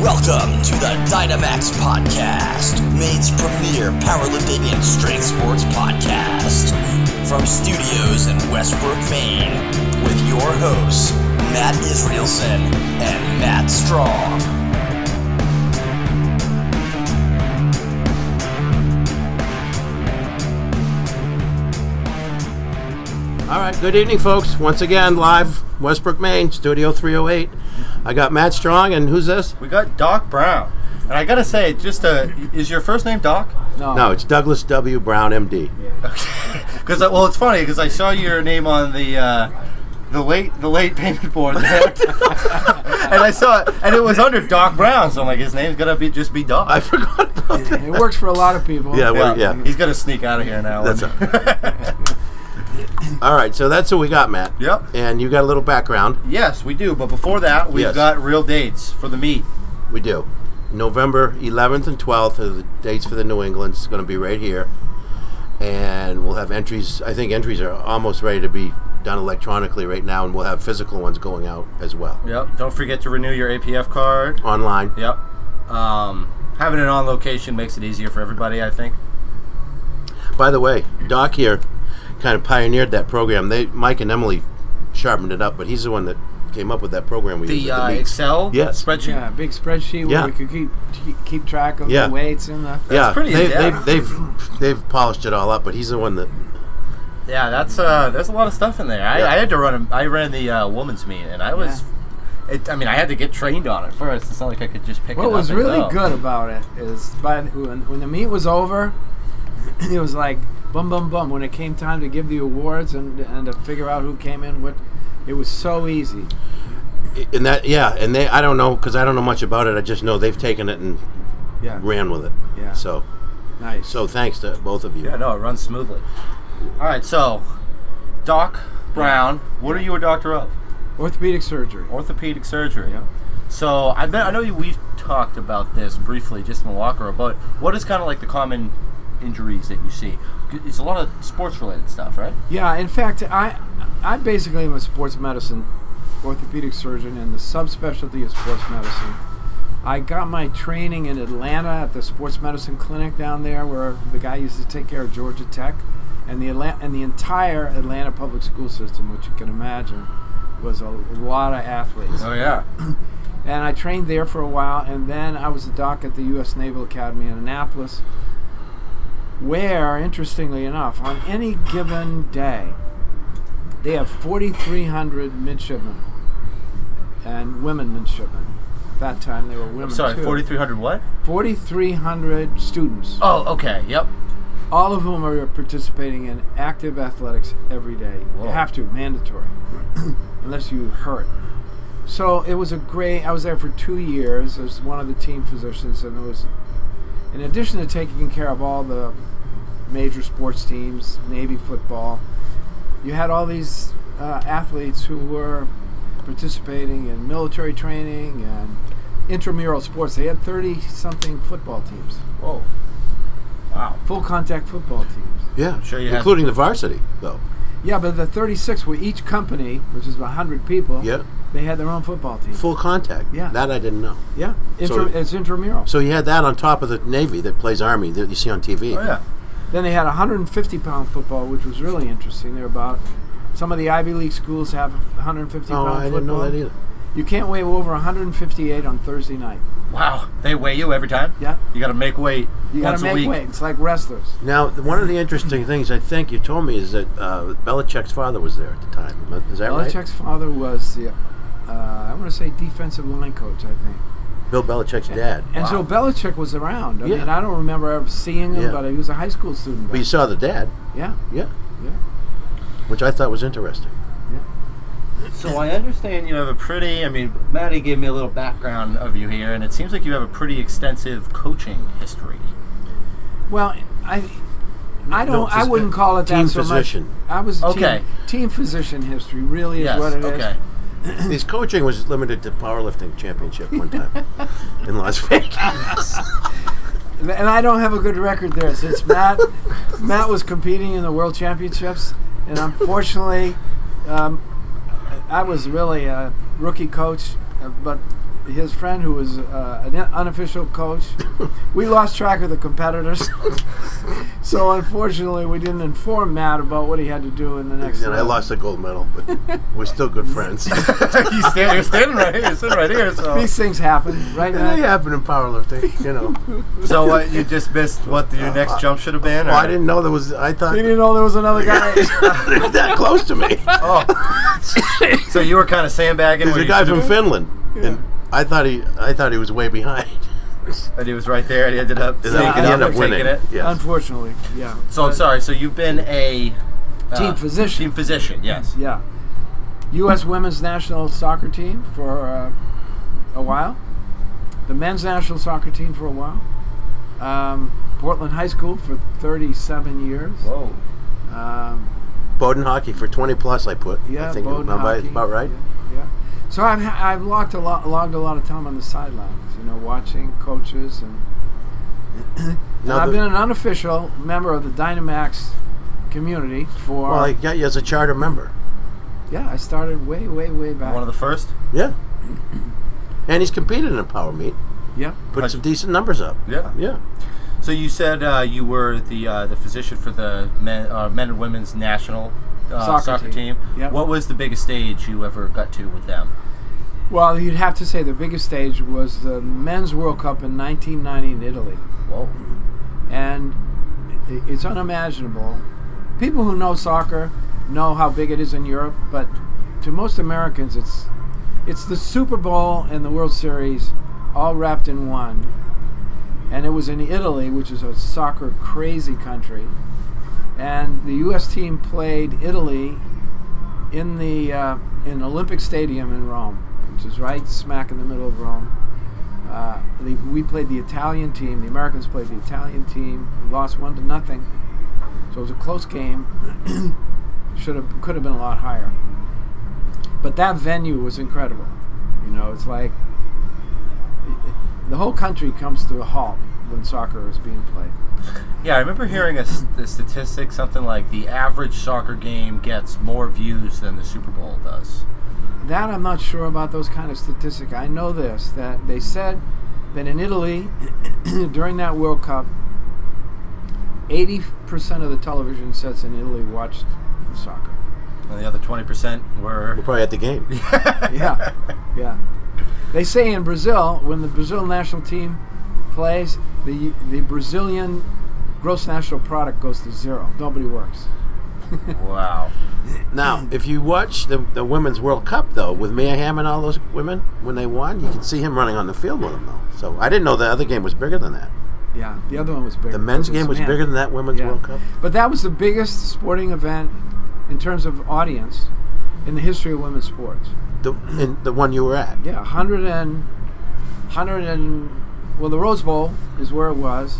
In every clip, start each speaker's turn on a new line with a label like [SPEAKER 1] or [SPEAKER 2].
[SPEAKER 1] Welcome to the Dynamax Podcast, Maine's premier powerlifting and strength sports podcast. From studios in Westbrook, Maine, with your hosts, Matt Israelson and Matt Strong.
[SPEAKER 2] All right, good evening, folks. Once again, live Westbrook, Maine, Studio 308. I got Matt Strong, and who's this?
[SPEAKER 3] We got Doc Brown, and I gotta say, just uh, is your first name Doc?
[SPEAKER 2] No, it's Douglas W. Brown, MD.
[SPEAKER 3] Because well, it's funny because I saw your name on the uh, the late the late payment board there, and I saw it, and it was under Doc Brown. So I'm like, his name's gonna be just be Doc.
[SPEAKER 2] I forgot about that.
[SPEAKER 4] It works for a lot of people.
[SPEAKER 2] Yeah, well, yeah.
[SPEAKER 3] he's gonna sneak out of here now.
[SPEAKER 2] That's
[SPEAKER 3] it.
[SPEAKER 2] All right, so that's who we got, Matt.
[SPEAKER 3] Yep.
[SPEAKER 2] And you got a little background.
[SPEAKER 3] Yes, we do. But before that, we've
[SPEAKER 2] Yes.
[SPEAKER 3] got real dates for the meet.
[SPEAKER 2] We do. November 11th and 12th are the dates for the New England. It's going to be right here. And we'll have entries. I think entries are almost ready to be done electronically right now, and we'll have physical ones going out as well.
[SPEAKER 3] Yep. Don't forget to renew your APF card.
[SPEAKER 2] Online.
[SPEAKER 3] Yep. Um, having it on location makes it easier for everybody, I think.
[SPEAKER 2] By the way, Doc here kind of pioneered that program. They Mike and Emily sharpened it up, but he's the one that came up with that program we use
[SPEAKER 3] The
[SPEAKER 2] at
[SPEAKER 3] uh,
[SPEAKER 2] meet.
[SPEAKER 3] Excel
[SPEAKER 2] Yes.
[SPEAKER 3] spreadsheet.
[SPEAKER 4] Yeah, big spreadsheet
[SPEAKER 2] Yeah.
[SPEAKER 4] where we could keep keep- keep track of
[SPEAKER 2] Yeah.
[SPEAKER 4] the weights and the.
[SPEAKER 2] yeah,
[SPEAKER 3] pretty
[SPEAKER 2] they,
[SPEAKER 3] in-depth.
[SPEAKER 2] they've they've they've polished it all up, but he's the one that
[SPEAKER 3] Yeah, that's uh, there's a lot of stuff in there. I,
[SPEAKER 2] Yeah.
[SPEAKER 3] I had to run. A, I ran the uh, woman's meet, and I was. It, I mean, I had to get trained on it first. It's not like I could just pick it
[SPEAKER 4] What
[SPEAKER 3] up.
[SPEAKER 4] was
[SPEAKER 3] and
[SPEAKER 4] really
[SPEAKER 3] go.
[SPEAKER 4] good about it is by the- when, when the meet was over, it was like bum bum bum. When it came time to give the awards and and to figure out who came in, what it was so easy.
[SPEAKER 2] and that yeah, and they I don't know because I don't know much about it. I just know they've taken it and
[SPEAKER 4] Yeah,
[SPEAKER 2] ran with it.
[SPEAKER 4] Yeah.
[SPEAKER 2] So
[SPEAKER 4] nice.
[SPEAKER 2] so thanks to both of you.
[SPEAKER 3] Yeah, no, it runs smoothly. All right, so Doc Brown, what are you a doctor of?
[SPEAKER 4] Orthopedic surgery.
[SPEAKER 3] Orthopedic surgery.
[SPEAKER 4] Yeah.
[SPEAKER 3] So I bet I know you, we've talked about this briefly just in the locker room, but what is kind of like the common injuries that you see? It's a lot of sports related stuff, right?
[SPEAKER 4] Yeah, in fact, I I basically am a sports medicine orthopedic surgeon and the subspecialty of sports medicine. I got my training in Atlanta at the sports medicine clinic down there where the guy used to take care of Georgia Tech and the Atlanta, and the entire Atlanta public school system, which you can imagine was a lot of athletes.
[SPEAKER 3] yeah.
[SPEAKER 4] And I trained there for a while, and then I was a doc at the U.S. Naval Academy in Annapolis, where, interestingly enough, on any given day, they have 4,300 midshipmen and women midshipmen. That time they were women.
[SPEAKER 3] Sorry,
[SPEAKER 4] too.
[SPEAKER 3] 4300 what?
[SPEAKER 4] 4,300 students,
[SPEAKER 3] Oh, okay. Yep.
[SPEAKER 4] all of whom are participating in active athletics every day.
[SPEAKER 3] Whoa.
[SPEAKER 4] You have to, mandatory, unless you hurt. So it was a great. I was there for two years as one of the team physicians, and it was, in addition to taking care of all the major sports teams, Navy football, you had all these uh, athletes who were participating in military training and intramural sports. They had thirty something football teams,
[SPEAKER 3] Whoa. Wow.
[SPEAKER 4] full contact football teams.
[SPEAKER 2] Yeah,
[SPEAKER 3] sure you had-
[SPEAKER 2] including the varsity though.
[SPEAKER 4] Yeah, but the 36 were each company, which is 100 people.
[SPEAKER 2] Yeah.
[SPEAKER 4] They had their own football team.
[SPEAKER 2] Full contact.
[SPEAKER 4] Yeah.
[SPEAKER 2] that I didn't know.
[SPEAKER 4] yeah. Intra-
[SPEAKER 2] So-
[SPEAKER 4] it's intramural.
[SPEAKER 2] So you had that on top of the Navy that plays Army that you see on TV.
[SPEAKER 3] Oh yeah.
[SPEAKER 4] then they had 150 pound football, which was really interesting. They're about some of the Ivy League schools have 150
[SPEAKER 2] Oh,
[SPEAKER 4] pound
[SPEAKER 2] I
[SPEAKER 4] football.
[SPEAKER 2] didn't know that either.
[SPEAKER 4] You can't weigh over 158 on Thursday night.
[SPEAKER 3] Wow, they weigh you every time.
[SPEAKER 4] Yeah.
[SPEAKER 3] You got to make weight
[SPEAKER 4] You
[SPEAKER 3] once
[SPEAKER 4] gotta make
[SPEAKER 3] a week.
[SPEAKER 4] weight. It's like wrestlers.
[SPEAKER 2] Now, th- one of the interesting things I think you told me is that uh, Belichick's father was there at the time. Am I- Is that right?
[SPEAKER 4] Belichick's father was the, uh, I want to say defensive line coach, I think.
[SPEAKER 2] Bill Belichick's dad.
[SPEAKER 4] And so Belichick was around. I
[SPEAKER 2] Yeah.
[SPEAKER 4] mean, I don't remember ever seeing him,
[SPEAKER 2] Yeah.
[SPEAKER 4] but he was a high school student.
[SPEAKER 2] But you
[SPEAKER 4] back-
[SPEAKER 2] saw the dad,
[SPEAKER 4] yeah,
[SPEAKER 2] yeah,
[SPEAKER 4] yeah.
[SPEAKER 2] which I thought was interesting.
[SPEAKER 3] So I understand you have a pretty. I mean, Maddie gave me a little background of you here, and it seems like you have a pretty extensive coaching history.
[SPEAKER 4] Well, I, I don't.
[SPEAKER 2] no,
[SPEAKER 4] I
[SPEAKER 2] phys-
[SPEAKER 4] wouldn't call it that
[SPEAKER 2] team
[SPEAKER 4] so
[SPEAKER 2] physician.
[SPEAKER 4] much. I was
[SPEAKER 3] Okay.
[SPEAKER 4] Team, team physician history really is
[SPEAKER 3] yes.
[SPEAKER 4] what it is.
[SPEAKER 3] okay.
[SPEAKER 2] His coaching was limited to powerlifting championship one time in Las Vegas.
[SPEAKER 4] And I don't have a good record there since Matt Matt was competing in the world championships, and unfortunately, um, I was really a rookie coach, uh, but his friend who was uh, an unofficial coach. we lost track of the competitors, so unfortunately we didn't inform Matt about what he had to do in the next.
[SPEAKER 2] And I
[SPEAKER 4] round.
[SPEAKER 2] lost a gold medal, but we're still good friends. it
[SPEAKER 3] you stand, you're standing right here. You're sitting right here. So,
[SPEAKER 4] These things happen, right? Matt?
[SPEAKER 2] happened in powerlifting, you know.
[SPEAKER 3] so what? You just missed what your next jump should have been?
[SPEAKER 4] Oh,
[SPEAKER 2] Well, I
[SPEAKER 3] or-
[SPEAKER 2] didn't know there was. I thought they
[SPEAKER 4] He didn't know there was another guy.
[SPEAKER 2] were that close to me.
[SPEAKER 3] Oh. so you were kind of sandbagging.
[SPEAKER 2] There's
[SPEAKER 3] where
[SPEAKER 2] a
[SPEAKER 3] you
[SPEAKER 2] guy from
[SPEAKER 3] should've-
[SPEAKER 2] Finland, and I thought he, I thought he was way behind.
[SPEAKER 3] and he was right there, and he ended up
[SPEAKER 2] And I-
[SPEAKER 3] sneaking
[SPEAKER 2] I ended
[SPEAKER 3] up and
[SPEAKER 2] up winning.
[SPEAKER 3] taking it.
[SPEAKER 2] Yes.
[SPEAKER 4] Unfortunately, yeah.
[SPEAKER 3] So I'm sorry. So you've been a uh,
[SPEAKER 4] Team physician.
[SPEAKER 3] Team physician. Yes.
[SPEAKER 4] Yeah. U.S. women's national soccer team for uh, a while. The men's national soccer team for a while. Um, Portland High School for 37 years.
[SPEAKER 3] Whoa.
[SPEAKER 4] Um,
[SPEAKER 2] Bowden hockey for 20 plus. I put.
[SPEAKER 4] yeah,
[SPEAKER 2] I think
[SPEAKER 4] Bowdoin
[SPEAKER 2] about,
[SPEAKER 4] hockey.
[SPEAKER 2] about right.
[SPEAKER 4] Yeah. yeah. So I've, ha- I've logged a lot, logged a lot of time on the sidelines, you know, watching coaches and. and
[SPEAKER 2] Now
[SPEAKER 4] I've
[SPEAKER 2] the-
[SPEAKER 4] been an unofficial member of the Dynamax community for
[SPEAKER 2] Well, I got you as a charter member.
[SPEAKER 4] yeah. I started way, way, way back.
[SPEAKER 3] One of the first.
[SPEAKER 2] Yeah. And he's competed in a power meet.
[SPEAKER 4] yeah.
[SPEAKER 2] Put
[SPEAKER 3] Like-
[SPEAKER 2] some decent numbers up.
[SPEAKER 3] Yeah.
[SPEAKER 2] Yeah.
[SPEAKER 3] So you said uh, you were the uh, the physician for the men, uh, men and women's national uh,
[SPEAKER 4] Soccer
[SPEAKER 3] soccer,
[SPEAKER 4] team.
[SPEAKER 3] team.
[SPEAKER 4] Yep.
[SPEAKER 3] What was the biggest stage you ever got to with them?
[SPEAKER 4] Well, you'd have to say the biggest stage was the Men's World Cup in 1990 in Italy.
[SPEAKER 3] Whoa.
[SPEAKER 4] And i- it's unimaginable. People who know soccer know how big it is in Europe, but to most Americans, it's it's the Super Bowl and the World Series all wrapped in one. And it was in Italy, which is a soccer crazy country. And the U.S. team played Italy in the uh, in Olympic Stadium in Rome, which is right smack in the middle of Rome. Uh, the, we played the Italian team. The Americans played the Italian team. We lost one to nothing, so it was a close game. Should have could have been a lot higher, but that venue was incredible. You know, it's like the whole country comes to a halt when soccer is being played.
[SPEAKER 3] Yeah, I remember hearing a, s- a statistic, something like the average soccer game gets more views than the Super Bowl does.
[SPEAKER 4] That I'm not sure about those kind of statistics. I know this that they said that in Italy during that World Cup, 80% of the television sets in Italy watched the soccer.
[SPEAKER 3] And the other twenty percent were
[SPEAKER 2] We're probably at the game.
[SPEAKER 4] Yeah, yeah. They say in Brazil when the Brazil national team plays, the the Brazilian gross national product goes to zero. Nobody works.
[SPEAKER 3] wow.
[SPEAKER 2] Now, if you watch the, the Women's World Cup, though, with Mia Hamm and all those women, when they won, you can see him running on the field with them, though. So I didn't know the other game was bigger than that.
[SPEAKER 4] Yeah, the other one was bigger.
[SPEAKER 2] The men's game was
[SPEAKER 4] Man.
[SPEAKER 2] bigger than that Women's
[SPEAKER 4] Yeah.
[SPEAKER 2] World Cup.
[SPEAKER 4] But that was the biggest sporting event in terms of audience in the history of women's sports.
[SPEAKER 2] The, in, the one you were at.
[SPEAKER 4] Yeah, 100 and 100 and well, the Rose Bowl is where it was,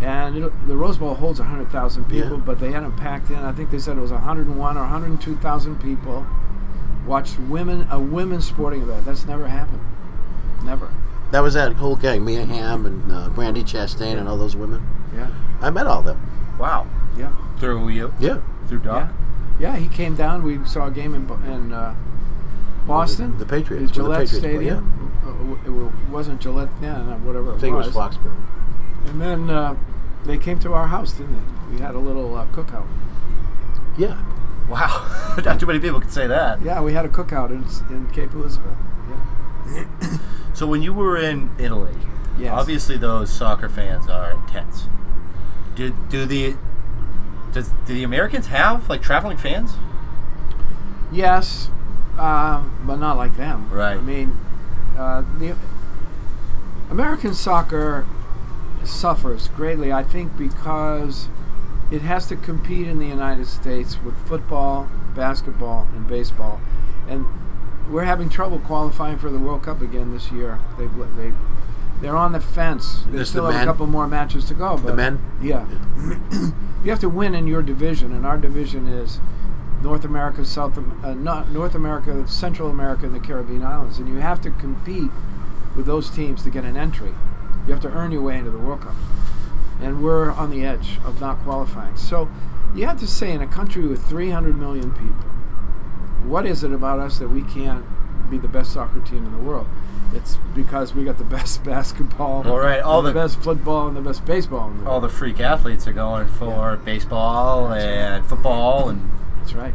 [SPEAKER 4] and it, the Rose Bowl holds 100,000 people,
[SPEAKER 2] Yeah.
[SPEAKER 4] but they hadn't packed in. I think they said it was 101 or 102,000 people watched women a women's sporting event. That's never happened. Never.
[SPEAKER 2] That was that whole gang, Mia Hamm and uh, Brandy Chastain and all those women.
[SPEAKER 4] Yeah.
[SPEAKER 2] I met all of them.
[SPEAKER 3] Wow.
[SPEAKER 4] Yeah.
[SPEAKER 3] Through you.
[SPEAKER 2] Yeah.
[SPEAKER 3] Through Doc.
[SPEAKER 4] Yeah. Yeah, he came down. We saw a game in Bo- in uh, Boston.
[SPEAKER 2] The Patriots.
[SPEAKER 4] The
[SPEAKER 2] when
[SPEAKER 4] Gillette
[SPEAKER 2] the Patriots played,
[SPEAKER 4] Stadium. Uh, w- It w- wasn't Gillette then, uh, whatever it
[SPEAKER 2] yeah. I think it was Foxborough.
[SPEAKER 4] And then uh, they came to our house, didn't they? We had a little uh, cookout.
[SPEAKER 2] Yeah.
[SPEAKER 3] Wow. Not too many people could say that.
[SPEAKER 4] Yeah, we had a cookout in, in Cape Elizabeth. Yeah.
[SPEAKER 3] So when you were in Italy,
[SPEAKER 4] Yes.
[SPEAKER 3] obviously those soccer fans are intense. Do do the does do the Americans have like traveling fans?
[SPEAKER 4] Yes, um, but not like them.
[SPEAKER 3] Right.
[SPEAKER 4] I mean, uh, the American soccer suffers greatly, I think, because it has to compete in the United States with football, basketball, and baseball, and we're having trouble qualifying for the World Cup again this year. They've let- they they're on the fence. They
[SPEAKER 2] Just the
[SPEAKER 4] still have a
[SPEAKER 2] men?
[SPEAKER 4] couple more matches to go. But
[SPEAKER 2] men?
[SPEAKER 4] Yeah. you have to win in your division, and our division is North America, South Am- uh, not North America, Central America, and the Caribbean islands, and you have to compete with those teams to get an entry. You have to earn your way into the World Cup, and we're on the edge of not qualifying. So, you have to say, in a country with 300 million people, what is it about us that we can't be the best soccer team in the world. It's because we got the best basketball,
[SPEAKER 3] All right, all
[SPEAKER 4] and the,
[SPEAKER 3] the-
[SPEAKER 4] best football, and the best baseball in the
[SPEAKER 3] All
[SPEAKER 4] world.
[SPEAKER 3] the freak athletes are going for baseball and football and
[SPEAKER 4] That's right.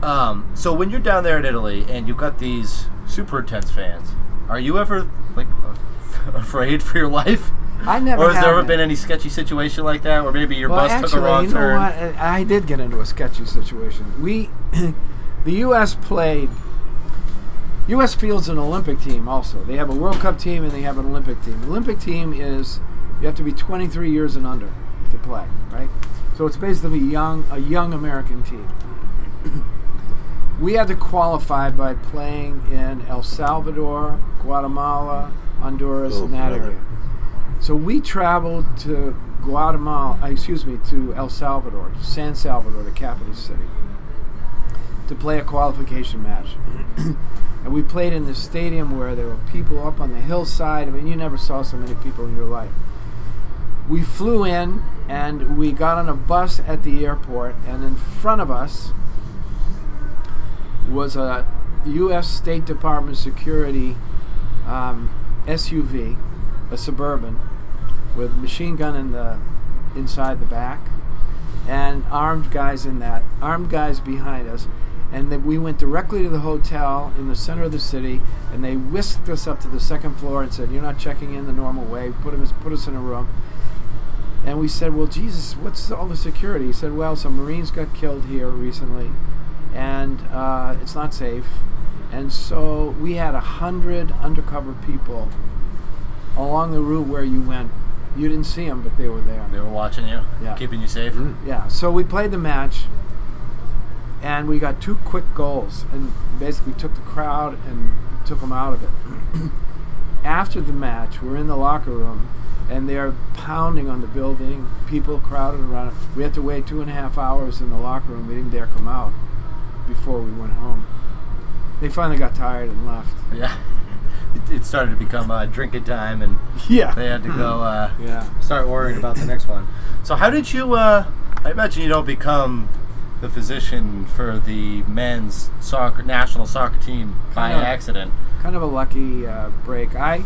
[SPEAKER 3] Um, so when you're down there in Italy and you've got these super intense fans, are you ever like af- afraid for your life?
[SPEAKER 4] I never.
[SPEAKER 3] or has
[SPEAKER 4] had
[SPEAKER 3] there ever
[SPEAKER 4] that.
[SPEAKER 3] been any sketchy situation like that, where maybe your
[SPEAKER 4] well,
[SPEAKER 3] bus
[SPEAKER 4] actually,
[SPEAKER 3] took a wrong
[SPEAKER 4] you know
[SPEAKER 3] turn?
[SPEAKER 4] what? I I did get into a sketchy situation. We, the U.S. played. U.S. fields an Olympic team also. They have a World Cup team and they have an Olympic team. The Olympic team is you have to be 23 years and under to play, right? So it's basically young a young American team. we had to qualify by playing in El Salvador, Guatemala, Honduras,
[SPEAKER 2] Oh,
[SPEAKER 4] and that
[SPEAKER 2] brother.
[SPEAKER 4] area. So we traveled to Guatemala, uh, excuse me, to El Salvador, to San Salvador, the capital city, to play a qualification match. and we played in this stadium where there were people up on the hillside. I mean, you never saw so many people in your life. We flew in and we got on a bus at the airport, and in front of us was a U.S. State Department security um, SUV, a Suburban, with machine gun in the inside the back, and armed guys in that, armed guys behind us, and then we went directly to the hotel in the center of the city, and they whisked us up to the second floor and said, "You're not checking in the normal way. Put us put us in a room." And we said, "Well, Jesus, what's all the security?" He said, "Well, some Marines got killed here recently, and uh, it's not safe." And so we had a hundred undercover people along the route where you went. You didn't see them, but they were there.
[SPEAKER 3] They were watching you,
[SPEAKER 4] Yeah. Mm.
[SPEAKER 3] keeping you safe.
[SPEAKER 4] Yeah. So we played the match, and we got two quick goals, and basically took the crowd and took them out of it. After the match, we're in the locker room, and they're pounding on the building. People crowded around. We had to wait two and a half hours in the locker room. We didn't dare come out before we went home. They finally got tired and left.
[SPEAKER 3] Yeah, it, it started to become uh, drinking time, and
[SPEAKER 4] Yeah.
[SPEAKER 3] they had to go uh,
[SPEAKER 4] Yeah.
[SPEAKER 3] start worrying about the next one. So how did you? Uh, I imagine you don't become the physician for the men's soccer national soccer team by
[SPEAKER 4] Kinda.
[SPEAKER 3] accident.
[SPEAKER 4] kind of a lucky uh, break. I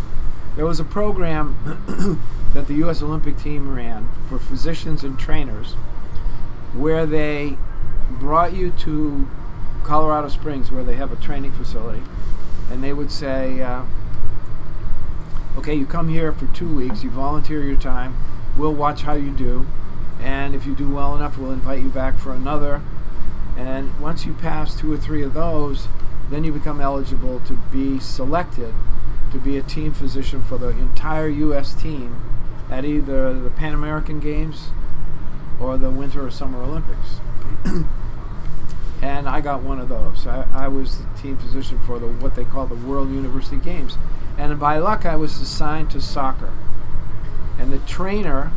[SPEAKER 4] there was a program that the U.S. Olympic team ran for physicians and trainers, where they brought you to Colorado Springs, where they have a training facility, and they would say, uh, "Okay, you come here for two weeks. You volunteer your time. We'll watch how you do, and if you do well enough, we'll invite you back for another." And once you pass two or three of those, then you become eligible to be selected to be a team physician for the entire U.S. team at either the Pan American Games or the Winter or Summer Olympics. and I got one of those. I, I was the team physician for the what they call the World University Games. And by luck, I was assigned to soccer. And the trainer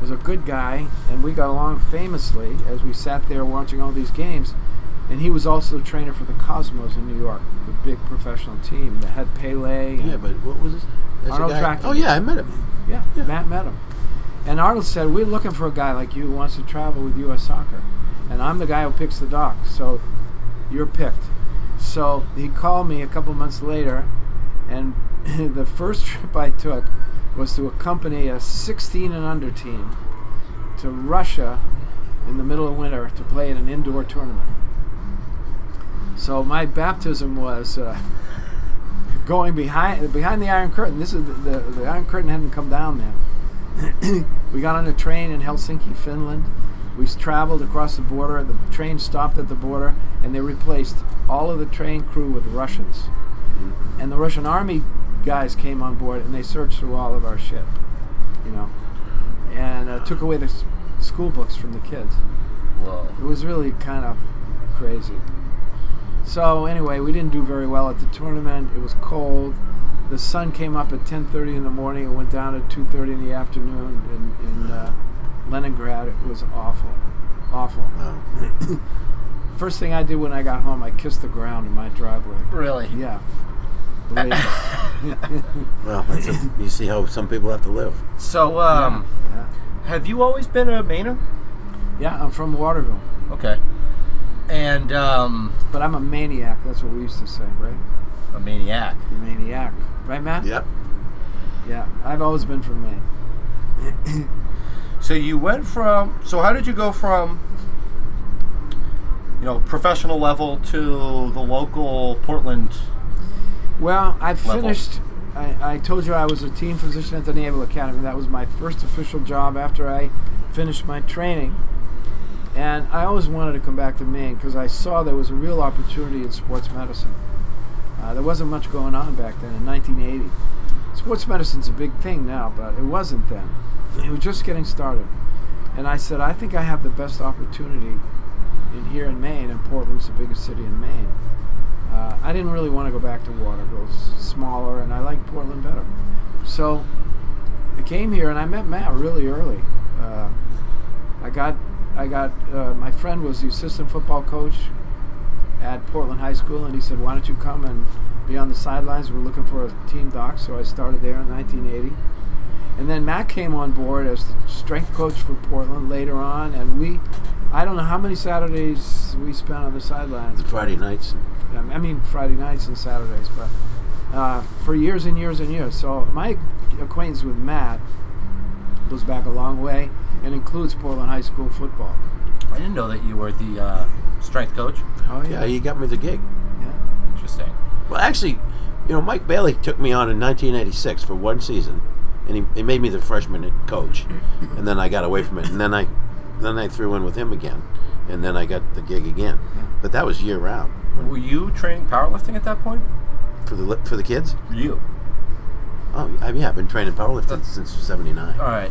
[SPEAKER 4] was a good guy, and we got along famously as we sat there watching all these games. And he was also a trainer for the Cosmos in New York, the big professional team that had Pele. And
[SPEAKER 2] Yeah, but what was this? That's the
[SPEAKER 4] Arnold
[SPEAKER 2] guy-
[SPEAKER 4] Tractor.
[SPEAKER 2] Oh yeah, I met him.
[SPEAKER 4] yeah,
[SPEAKER 2] Yeah.
[SPEAKER 4] Matt met him. And Arnold said, We're looking for a guy like you who wants to travel with U.S. soccer. And I'm the guy who picks the doc, so you're picked. So he called me a couple months later, and the first trip I took was to accompany a 16 and under team to Russia in the middle of winter to play in an indoor tournament. So my baptism was. Uh, going behind behind the Iron Curtain. This is the, the, the Iron Curtain hadn't come down then. we got on a train in Helsinki, Finland. We s- traveled across the border. The train stopped at the border, and they replaced all of the train crew with Russians. And the Russian army guys came on board, and they searched through all of our shit, you know, and uh, took away the s- school books from the kids.
[SPEAKER 3] Whoa.
[SPEAKER 4] It was really kind of crazy. So anyway, we didn't do very well at the tournament. It was cold. The sun came up at 10:30 in the morning. It went down at 2:30 in the afternoon in, in uh, Leningrad. It was awful, awful.
[SPEAKER 2] Wow.
[SPEAKER 4] First thing I did when I got home, I kissed the ground in my driveway.
[SPEAKER 3] Really?
[SPEAKER 4] Yeah, believe it.
[SPEAKER 2] Well, that's a, you see how some people have to live.
[SPEAKER 3] So, um,
[SPEAKER 4] yeah.
[SPEAKER 3] have you always been a Mainer?
[SPEAKER 4] yeah, I'm from Waterville.
[SPEAKER 3] Okay. and um,
[SPEAKER 4] But I'm a maniac. That's what we used to say, right?
[SPEAKER 3] a maniac.
[SPEAKER 4] The maniac, right, Matt?
[SPEAKER 2] Yep.
[SPEAKER 4] Yeah. I've always been from Maine.
[SPEAKER 3] So you went from. So how did you go from, you know, professional level to the local Portland?
[SPEAKER 4] Well, I
[SPEAKER 3] Level.
[SPEAKER 4] finished. I, I told you I was a team physician at the Naval Academy. That was my first official job after I finished my training. And I always wanted to come back to Maine because I saw there was a real opportunity in sports medicine. Uh, there wasn't much going on back then in 1980. Sports medicine's a big thing now, but it wasn't then. It was just getting started. And I said, I think I have the best opportunity in here in Maine, and Portland's the biggest city in Maine. Uh, I didn't really want to go back to Waterville. It's smaller, and I like Portland better. So I came here, and I met Matt really early. Uh, I got, I got. Uh, my friend was the assistant football coach at Portland High School, and he said, "Why don't you come and be on the sidelines? We're looking for a team doc." So I started there in 1980, and then Matt came on board as the strength coach for Portland later on, and we. I don't know how many Saturdays we spent on the sidelines.
[SPEAKER 2] Friday nights.
[SPEAKER 4] Um, I mean Friday nights and Saturdays, but uh, for years and years and years. So my acquaintance with Matt goes back a long way and includes Portland High School football.
[SPEAKER 3] I didn't know that you were the uh, strength coach.
[SPEAKER 4] Oh
[SPEAKER 2] Yeah, he got me the gig.
[SPEAKER 4] yeah.
[SPEAKER 3] Interesting.
[SPEAKER 2] Well, actually, you know, Mike Bailey took me on in 1986 for one season, and he, he made me the freshman coach, and then I got away from it, and then I, then I threw in with him again, and then I got the gig again. But that was year round
[SPEAKER 3] Were you training powerlifting at that point?
[SPEAKER 2] for the li- for the kids.
[SPEAKER 3] You.
[SPEAKER 2] Oh, I, yeah, I've been training powerlifting since '79.
[SPEAKER 3] All right.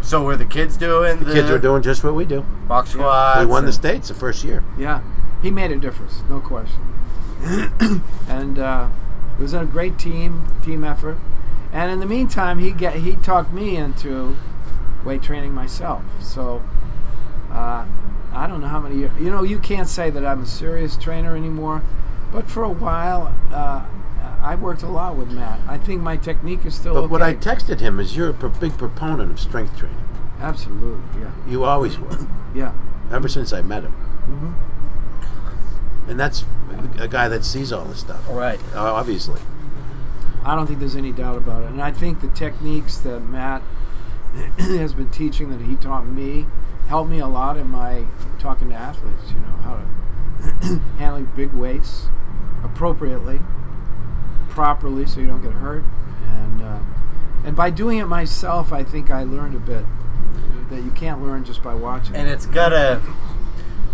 [SPEAKER 3] So were the kids doing the,
[SPEAKER 2] The kids are doing just what we do.
[SPEAKER 3] box squats?
[SPEAKER 2] We won the
[SPEAKER 3] and-
[SPEAKER 2] states the first year.
[SPEAKER 4] Yeah, he made a difference, no question. and uh, it was a great team team effort. And in the meantime, he get he talked me into weight training myself. So uh, I don't know how many years. You know, you can't say that I'm a serious trainer anymore. But for a while, uh, I worked a lot with Matt. I think my technique is still.
[SPEAKER 2] But what I
[SPEAKER 4] okay.
[SPEAKER 2] texted him is you're a pro- big proponent of strength training.
[SPEAKER 4] absolutely yeah
[SPEAKER 2] You always were,
[SPEAKER 4] yeah
[SPEAKER 2] ever since I met him.
[SPEAKER 4] Mhm.
[SPEAKER 2] And that's a guy that sees all this stuff.
[SPEAKER 3] All Mm-hmm. right.
[SPEAKER 2] Uh, Obviously.
[SPEAKER 4] I don't think there's any doubt about it. And I think the techniques that Matt has been teaching that he taught me helped me a lot in my talking to athletes, you know, how to handling big weights appropriately, properly so you don't get hurt. And uh, and by doing it myself, I think I learned a bit that you can't learn just by watching.
[SPEAKER 3] And it's gotta,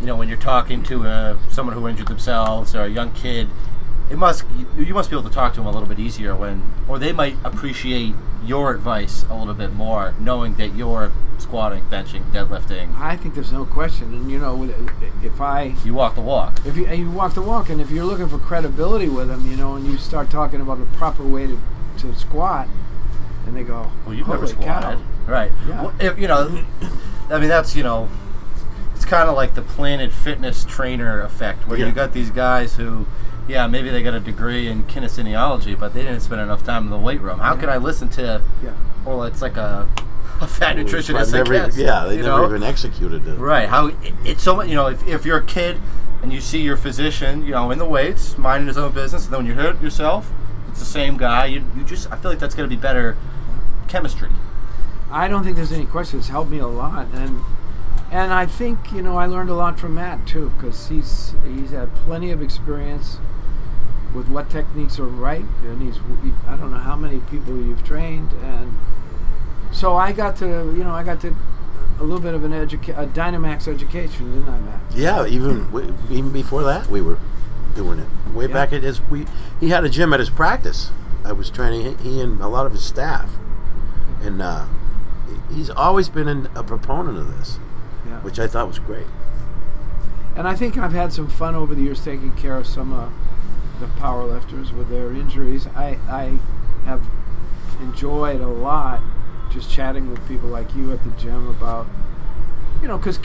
[SPEAKER 3] you know, when you're talking to uh, someone who injured themselves or a young kid, it must you, you must be able to talk to them a little bit easier when, or they might appreciate your advice a little bit more, knowing that you're squatting, benching, deadlifting.
[SPEAKER 4] I think there's no question. And you know, with- if I
[SPEAKER 3] You walk the walk.
[SPEAKER 4] if you, you walk the walk, and if you're looking for credibility with them, you know, and you start talking about the proper way to, to squat, and they go,
[SPEAKER 3] Well, you've never
[SPEAKER 4] "Holy cow."
[SPEAKER 3] squatted, right?
[SPEAKER 4] Yeah.
[SPEAKER 3] Well, if you know, I mean, that's you know, it's kind of like the Planet Fitness trainer effect, where
[SPEAKER 2] Yeah.
[SPEAKER 3] you got these guys who, yeah, maybe they got a degree in kinesiology, but they didn't spend enough time in the weight room. How can I listen to?
[SPEAKER 4] Yeah,
[SPEAKER 3] Or it's like a, a fat nutritionist.
[SPEAKER 2] But
[SPEAKER 3] I
[SPEAKER 2] never- e-,
[SPEAKER 3] guess,
[SPEAKER 2] yeah, they
[SPEAKER 3] you
[SPEAKER 2] never
[SPEAKER 3] know?
[SPEAKER 2] even executed it.
[SPEAKER 3] Right. How it- it's so much. You know, if, if you're a kid and you see your physician, you know, in the weights, minding his own business, and then when you hurt yourself, it's the same guy. You, you just. I feel like that's going to be better chemistry.
[SPEAKER 4] I don't think there's any question. It's helped me a lot, and and I think you know I learned a lot from Matt too, because he's he's had plenty of experience with what techniques are right, and he's I don't know how many people you've trained, and so I got to you know I got to a little bit of an educa- a Dynamax education, didn't I, Matt?
[SPEAKER 2] Yeah, even w- even before that, we were doing it. Way
[SPEAKER 4] Yeah.
[SPEAKER 2] back at his, we he had a gym at his practice. I was training he and a lot of his staff, and uh, he's always been an, a proponent of this,
[SPEAKER 4] Yeah.
[SPEAKER 2] which I thought was great.
[SPEAKER 4] And I think I've had some fun over the years taking care of some of the power lifters with their injuries. I, I have enjoyed a lot just chatting with people like you at the gym about, you know, because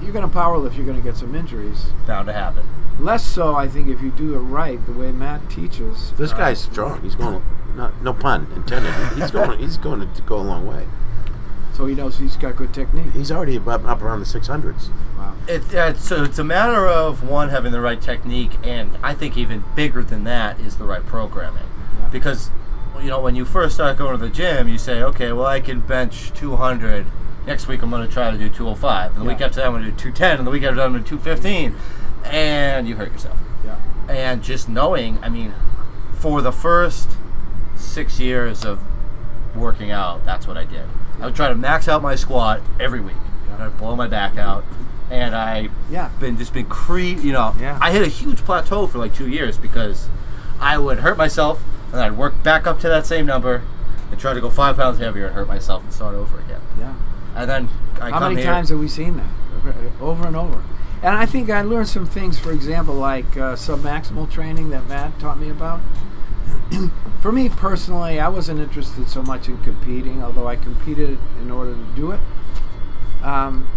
[SPEAKER 4] you're going to power lift, you're going to get some injuries.
[SPEAKER 3] Bound to happen.
[SPEAKER 4] Less so, I think, if you do it right, the way Matt teaches.
[SPEAKER 2] This guy's strong. He's going. Not, no pun intended. He's going. He's going to go a long way.
[SPEAKER 4] So he knows he's got good technique.
[SPEAKER 2] He's already ab- up around the 600s.
[SPEAKER 4] Wow.
[SPEAKER 3] It, uh, so it's a matter of one having the right technique, and I think even bigger than that is the right programming.
[SPEAKER 4] Yeah.
[SPEAKER 3] Because you know when you first start going to the gym, you say, okay, well I can bench 200. Next week I'm going to try to do 205, and the week
[SPEAKER 4] Yeah.
[SPEAKER 3] after that I'm going to do 210, and the week after that I'm going to do 215, and you hurt yourself.
[SPEAKER 4] Yeah.
[SPEAKER 3] And just knowing, I mean, for the first six years of working out, that's what I did. I would try to max out my squat every week.
[SPEAKER 4] Yeah.
[SPEAKER 3] I'd blow my back out, and I
[SPEAKER 4] Yeah.
[SPEAKER 3] been just been cre you know
[SPEAKER 5] Yeah.
[SPEAKER 3] I hit a huge plateau for like two years because I would hurt myself and I'd work back up to that same number and try to go five pounds heavier and hurt myself and start over again.
[SPEAKER 4] Yeah.
[SPEAKER 3] And then I
[SPEAKER 4] How
[SPEAKER 3] come
[SPEAKER 4] many
[SPEAKER 3] here-
[SPEAKER 4] times have we seen that? Over and over. And I think I learned some things, for example, like uh, submaximal training that Matt taught me about. for me personally, I wasn't interested so much in competing, although I competed in order to do it. Um,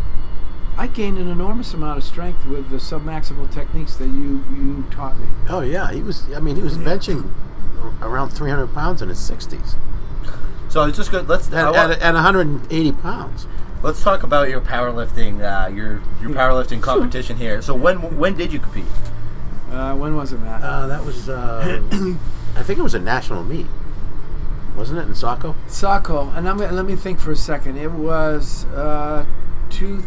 [SPEAKER 4] I gained an enormous amount of strength with the submaximal techniques that you, you taught me.
[SPEAKER 2] Oh, yeah. He was, I mean, he was benching a- around 300 pounds in his 60s
[SPEAKER 3] So it's just good. Let's I
[SPEAKER 2] and,
[SPEAKER 3] want-
[SPEAKER 2] and, and 180 pounds.
[SPEAKER 3] let's talk about your powerlifting uh, your your powerlifting competition here. So when when did you compete?
[SPEAKER 4] Uh, when was it, Matt?
[SPEAKER 2] Uh, that was, uh, I think it was a national meet, wasn't it, in Saco?
[SPEAKER 4] Sako, and I'm gonna, let me think for a second. It was uh, two,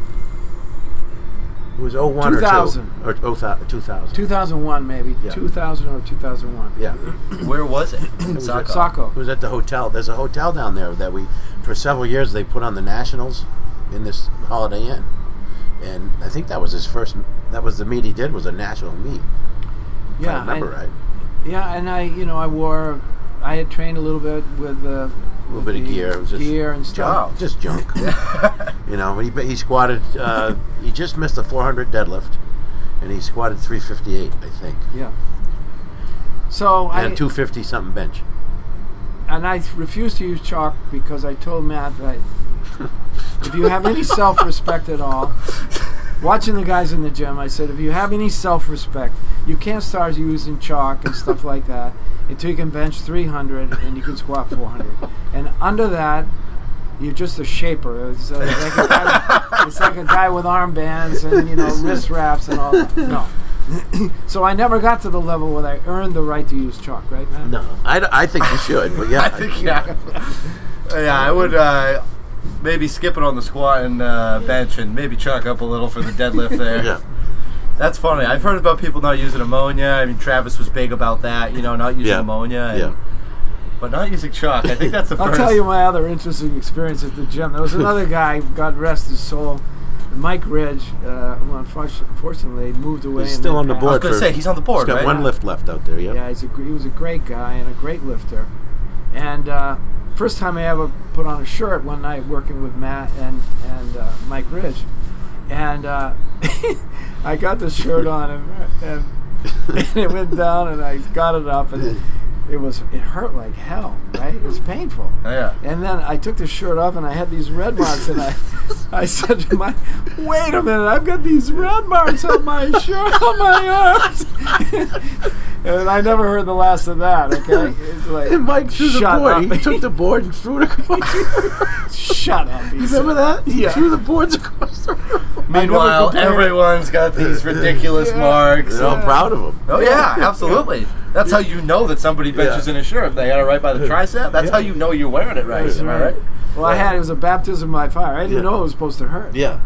[SPEAKER 2] It was 01
[SPEAKER 4] 2000.
[SPEAKER 2] or oh 2. Or 2000. 2000.
[SPEAKER 4] 2001, maybe.
[SPEAKER 2] Yeah.
[SPEAKER 4] 2000 or 2001.
[SPEAKER 2] Yeah.
[SPEAKER 3] Where was it? Saco.
[SPEAKER 4] Saco.
[SPEAKER 2] It was at the hotel. There's a hotel down there that we, for several years, they put on the nationals in this Holiday Inn, and I think that was his first. That was the meet he did was a national meet. If
[SPEAKER 4] Yeah,
[SPEAKER 2] I remember
[SPEAKER 4] and,
[SPEAKER 2] right.
[SPEAKER 4] Yeah, and I, you know, I wore, I had trained a little bit with uh,
[SPEAKER 2] A little bit of
[SPEAKER 4] the
[SPEAKER 2] gear. It was just
[SPEAKER 4] gear and stuff.
[SPEAKER 3] Wow.
[SPEAKER 2] junk, just junk. you know, he he squatted. Uh, he just missed the 400 deadlift, and he squatted 358, I think,
[SPEAKER 4] Yeah. So I
[SPEAKER 2] and 250 something bench.
[SPEAKER 4] and I refused to use chalk because I told Matt that if you have any self-respect at all, watching the guys in the gym, I said if you have any self-respect, you can't start using chalk and stuff like that until you can bench 300 and you can squat 400, and under that. You're just a shaper. It's, uh, like a guy, it's like a guy with armbands and you know wrist wraps and all that. No, so I never got to the level where I earned the right to use chalk. Right, Matt?
[SPEAKER 2] No, I, d- I think you should, but yeah,
[SPEAKER 3] I think yeah. yeah, I would uh, maybe skip it on the squat and uh, bench, and maybe chalk up a little for the deadlift there.
[SPEAKER 2] yeah.
[SPEAKER 3] That's funny. I've heard about people not using ammonia. I mean, Travis was big about that. You know, not using
[SPEAKER 2] Yeah.
[SPEAKER 3] ammonia, and,
[SPEAKER 2] yeah.
[SPEAKER 3] but not using chalk. I think that's the
[SPEAKER 4] I'll
[SPEAKER 3] first.
[SPEAKER 4] tell you my other interesting experience at the gym. There was another guy, God rest his soul, Mike Ridge, uh, who unfortunately unfortunately moved away.
[SPEAKER 2] He's
[SPEAKER 4] in
[SPEAKER 2] still on the
[SPEAKER 4] mid-pack.
[SPEAKER 3] I was
[SPEAKER 2] board.
[SPEAKER 3] gonna
[SPEAKER 2] for-
[SPEAKER 3] say he's on the
[SPEAKER 2] He's
[SPEAKER 3] board,
[SPEAKER 2] got
[SPEAKER 3] right?
[SPEAKER 2] one lift left out there.
[SPEAKER 4] Yeah, he's a, gr- he was a great guy and a great lifter. And uh, first time I ever put on a shirt one night working with Matt and and uh, Mike Ridge, and uh, I got the shirt on and, and, and it went down and I got it up and it was it hurt like hell, right? It was painful.
[SPEAKER 3] Oh, yeah.
[SPEAKER 4] And then I took the shirt off and I had these red marks and I, I said to my, wait a minute, I've got these red marks on my shirt, on my arms. and I never heard the last of that. Okay, it's like
[SPEAKER 2] And Mike threw the
[SPEAKER 4] shut
[SPEAKER 2] board.
[SPEAKER 4] up,
[SPEAKER 2] He took the board and threw it across.
[SPEAKER 4] shut up. He
[SPEAKER 2] Remember
[SPEAKER 4] said.
[SPEAKER 2] that? He
[SPEAKER 4] Yeah.
[SPEAKER 2] threw the boards across the room.
[SPEAKER 3] Meanwhile,
[SPEAKER 4] never compared-
[SPEAKER 3] everyone's got these ridiculous
[SPEAKER 4] Yeah.
[SPEAKER 3] marks.
[SPEAKER 2] So I'm proud of him.
[SPEAKER 3] Oh yeah, absolutely. That's how you know that somebody benches
[SPEAKER 2] Yeah.
[SPEAKER 3] in a shirt. They got it right by the tricep. That's how you know you're wearing it right.
[SPEAKER 4] That's
[SPEAKER 3] Am I
[SPEAKER 4] right.
[SPEAKER 3] right?
[SPEAKER 4] Well, I had it was a baptism by fire. I didn't
[SPEAKER 2] Yeah.
[SPEAKER 4] know it was supposed to hurt.
[SPEAKER 2] Yeah.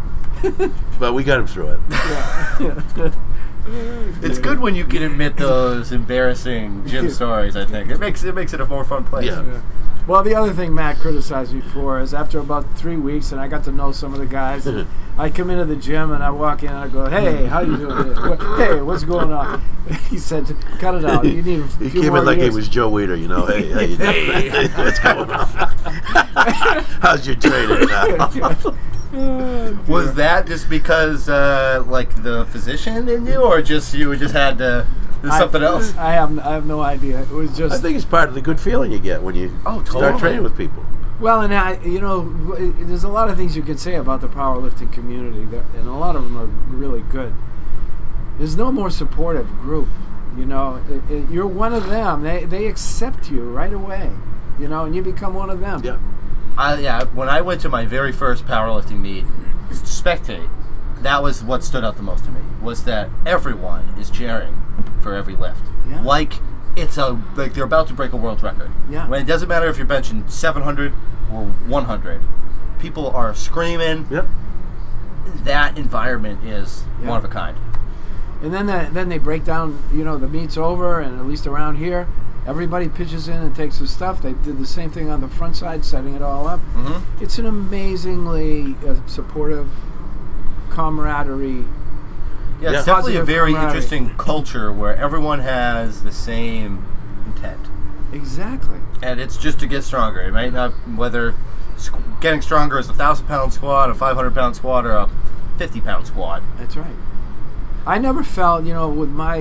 [SPEAKER 2] but we got him through it.
[SPEAKER 3] It's good when you can admit those embarrassing gym stories. I think it makes it makes it a more fun place.
[SPEAKER 2] Yeah.
[SPEAKER 4] Yeah. Well, the other thing Matt criticized me for is after about three weeks, and I got to know some of the guys. and I come into the gym and I walk in and I go, "Hey, how you doing? Today? What, hey, what's going on?" He said, "Cut it
[SPEAKER 2] Oh,
[SPEAKER 4] out. You need a
[SPEAKER 2] He
[SPEAKER 4] few
[SPEAKER 2] came
[SPEAKER 4] more
[SPEAKER 2] in like he
[SPEAKER 4] years."
[SPEAKER 2] was Joe Weider, you know. Hey, how you doing?
[SPEAKER 3] Hey.
[SPEAKER 2] What's going on? How's your training now?
[SPEAKER 3] Was that just because uh, like the physician in you, or just you just had to there's
[SPEAKER 4] I-
[SPEAKER 3] something else?
[SPEAKER 4] I have, I have no idea. It was
[SPEAKER 2] I
[SPEAKER 4] just
[SPEAKER 2] think it's part of the good feeling you get when you
[SPEAKER 3] Oh,
[SPEAKER 2] start
[SPEAKER 3] totally.
[SPEAKER 2] training with people.
[SPEAKER 4] well, and I, you know, w- there's a lot of things you can say about the powerlifting community, that- and a lot of them are really good. There's no more supportive group. You know, I- I- you're one of them. They they accept you right away. You know, and you become one of them.
[SPEAKER 2] Yeah.
[SPEAKER 3] I, yeah, when I went to my very first powerlifting meet, spectate, that was what stood out the most to me was that everyone is cheering for every lift,
[SPEAKER 4] Yeah.
[SPEAKER 3] like it's a like they're about to break a world record.
[SPEAKER 4] Yeah.
[SPEAKER 3] When it doesn't matter if you're benching 700 or 100, people are screaming.
[SPEAKER 2] Yep.
[SPEAKER 3] That environment is
[SPEAKER 4] Yeah.
[SPEAKER 3] one of a kind.
[SPEAKER 4] And then that, then they break down. You know, the meet's over, and at least around here, everybody pitches in and takes their stuff. They did the same thing on the front side, setting it all up.
[SPEAKER 3] Mm-hmm.
[SPEAKER 4] It's an amazingly uh, supportive camaraderie.
[SPEAKER 2] Yeah.
[SPEAKER 3] Yeah, it's definitely a
[SPEAKER 4] Positive
[SPEAKER 3] very
[SPEAKER 4] camaraderie.
[SPEAKER 3] interesting culture where everyone has the same intent,
[SPEAKER 4] Exactly.
[SPEAKER 3] and it's just to get stronger. It might not whether squ- getting stronger is a thousand pound squat, a five hundred pound squat, or a fifty pound squat.
[SPEAKER 4] That's right. I never felt, you know, with my,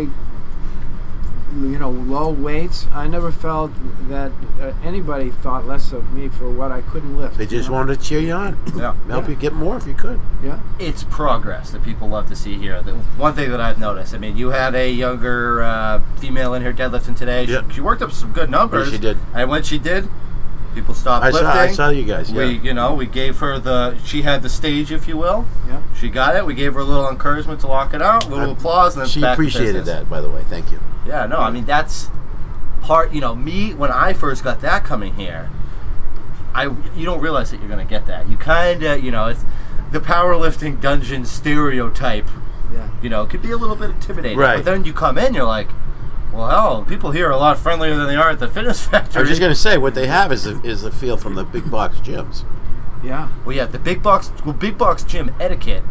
[SPEAKER 4] you know, low weights, I never felt that uh, anybody thought less of me for what I couldn't lift.
[SPEAKER 2] They
[SPEAKER 4] you
[SPEAKER 2] just
[SPEAKER 4] know?
[SPEAKER 2] wanted to cheer you on,
[SPEAKER 3] Yeah,
[SPEAKER 2] help
[SPEAKER 4] Yeah.
[SPEAKER 2] you get more if you could.
[SPEAKER 4] Yeah.
[SPEAKER 3] it's progress that people love to see here. The one thing that I've noticed, I mean, you had a younger uh, female in here deadlifting today. She,
[SPEAKER 2] Yeah.
[SPEAKER 3] she worked up some good numbers.
[SPEAKER 2] Yeah, she did.
[SPEAKER 3] and when she did, people stopped
[SPEAKER 2] I
[SPEAKER 3] lifting.
[SPEAKER 2] saw, I saw you guys.
[SPEAKER 3] We,
[SPEAKER 2] Yeah.
[SPEAKER 3] you know, we gave her the. She had the stage, if you will.
[SPEAKER 4] Yeah.
[SPEAKER 3] She got it. We gave her a little encouragement to lock it out, a little
[SPEAKER 2] I-
[SPEAKER 3] applause, and then
[SPEAKER 2] She
[SPEAKER 3] back to
[SPEAKER 2] appreciated
[SPEAKER 3] business.
[SPEAKER 2] that, by the way. Thank you.
[SPEAKER 3] Yeah, no, I mean that's part. You know, me when I first got that coming here, I you don't realize that you're gonna get that. You kind of, you know, it's the powerlifting dungeon stereotype.
[SPEAKER 4] Yeah.
[SPEAKER 3] You know, could be a little bit intimidating.
[SPEAKER 2] Right.
[SPEAKER 3] But then you come in, you're like, well, hell, people here are a lot friendlier than they are at the fitness
[SPEAKER 2] I
[SPEAKER 3] factory.
[SPEAKER 2] was just going to say what they have is the, is the feel from the big box gyms.
[SPEAKER 4] Yeah.
[SPEAKER 3] well, yeah, the big box, well, big box gym etiquette.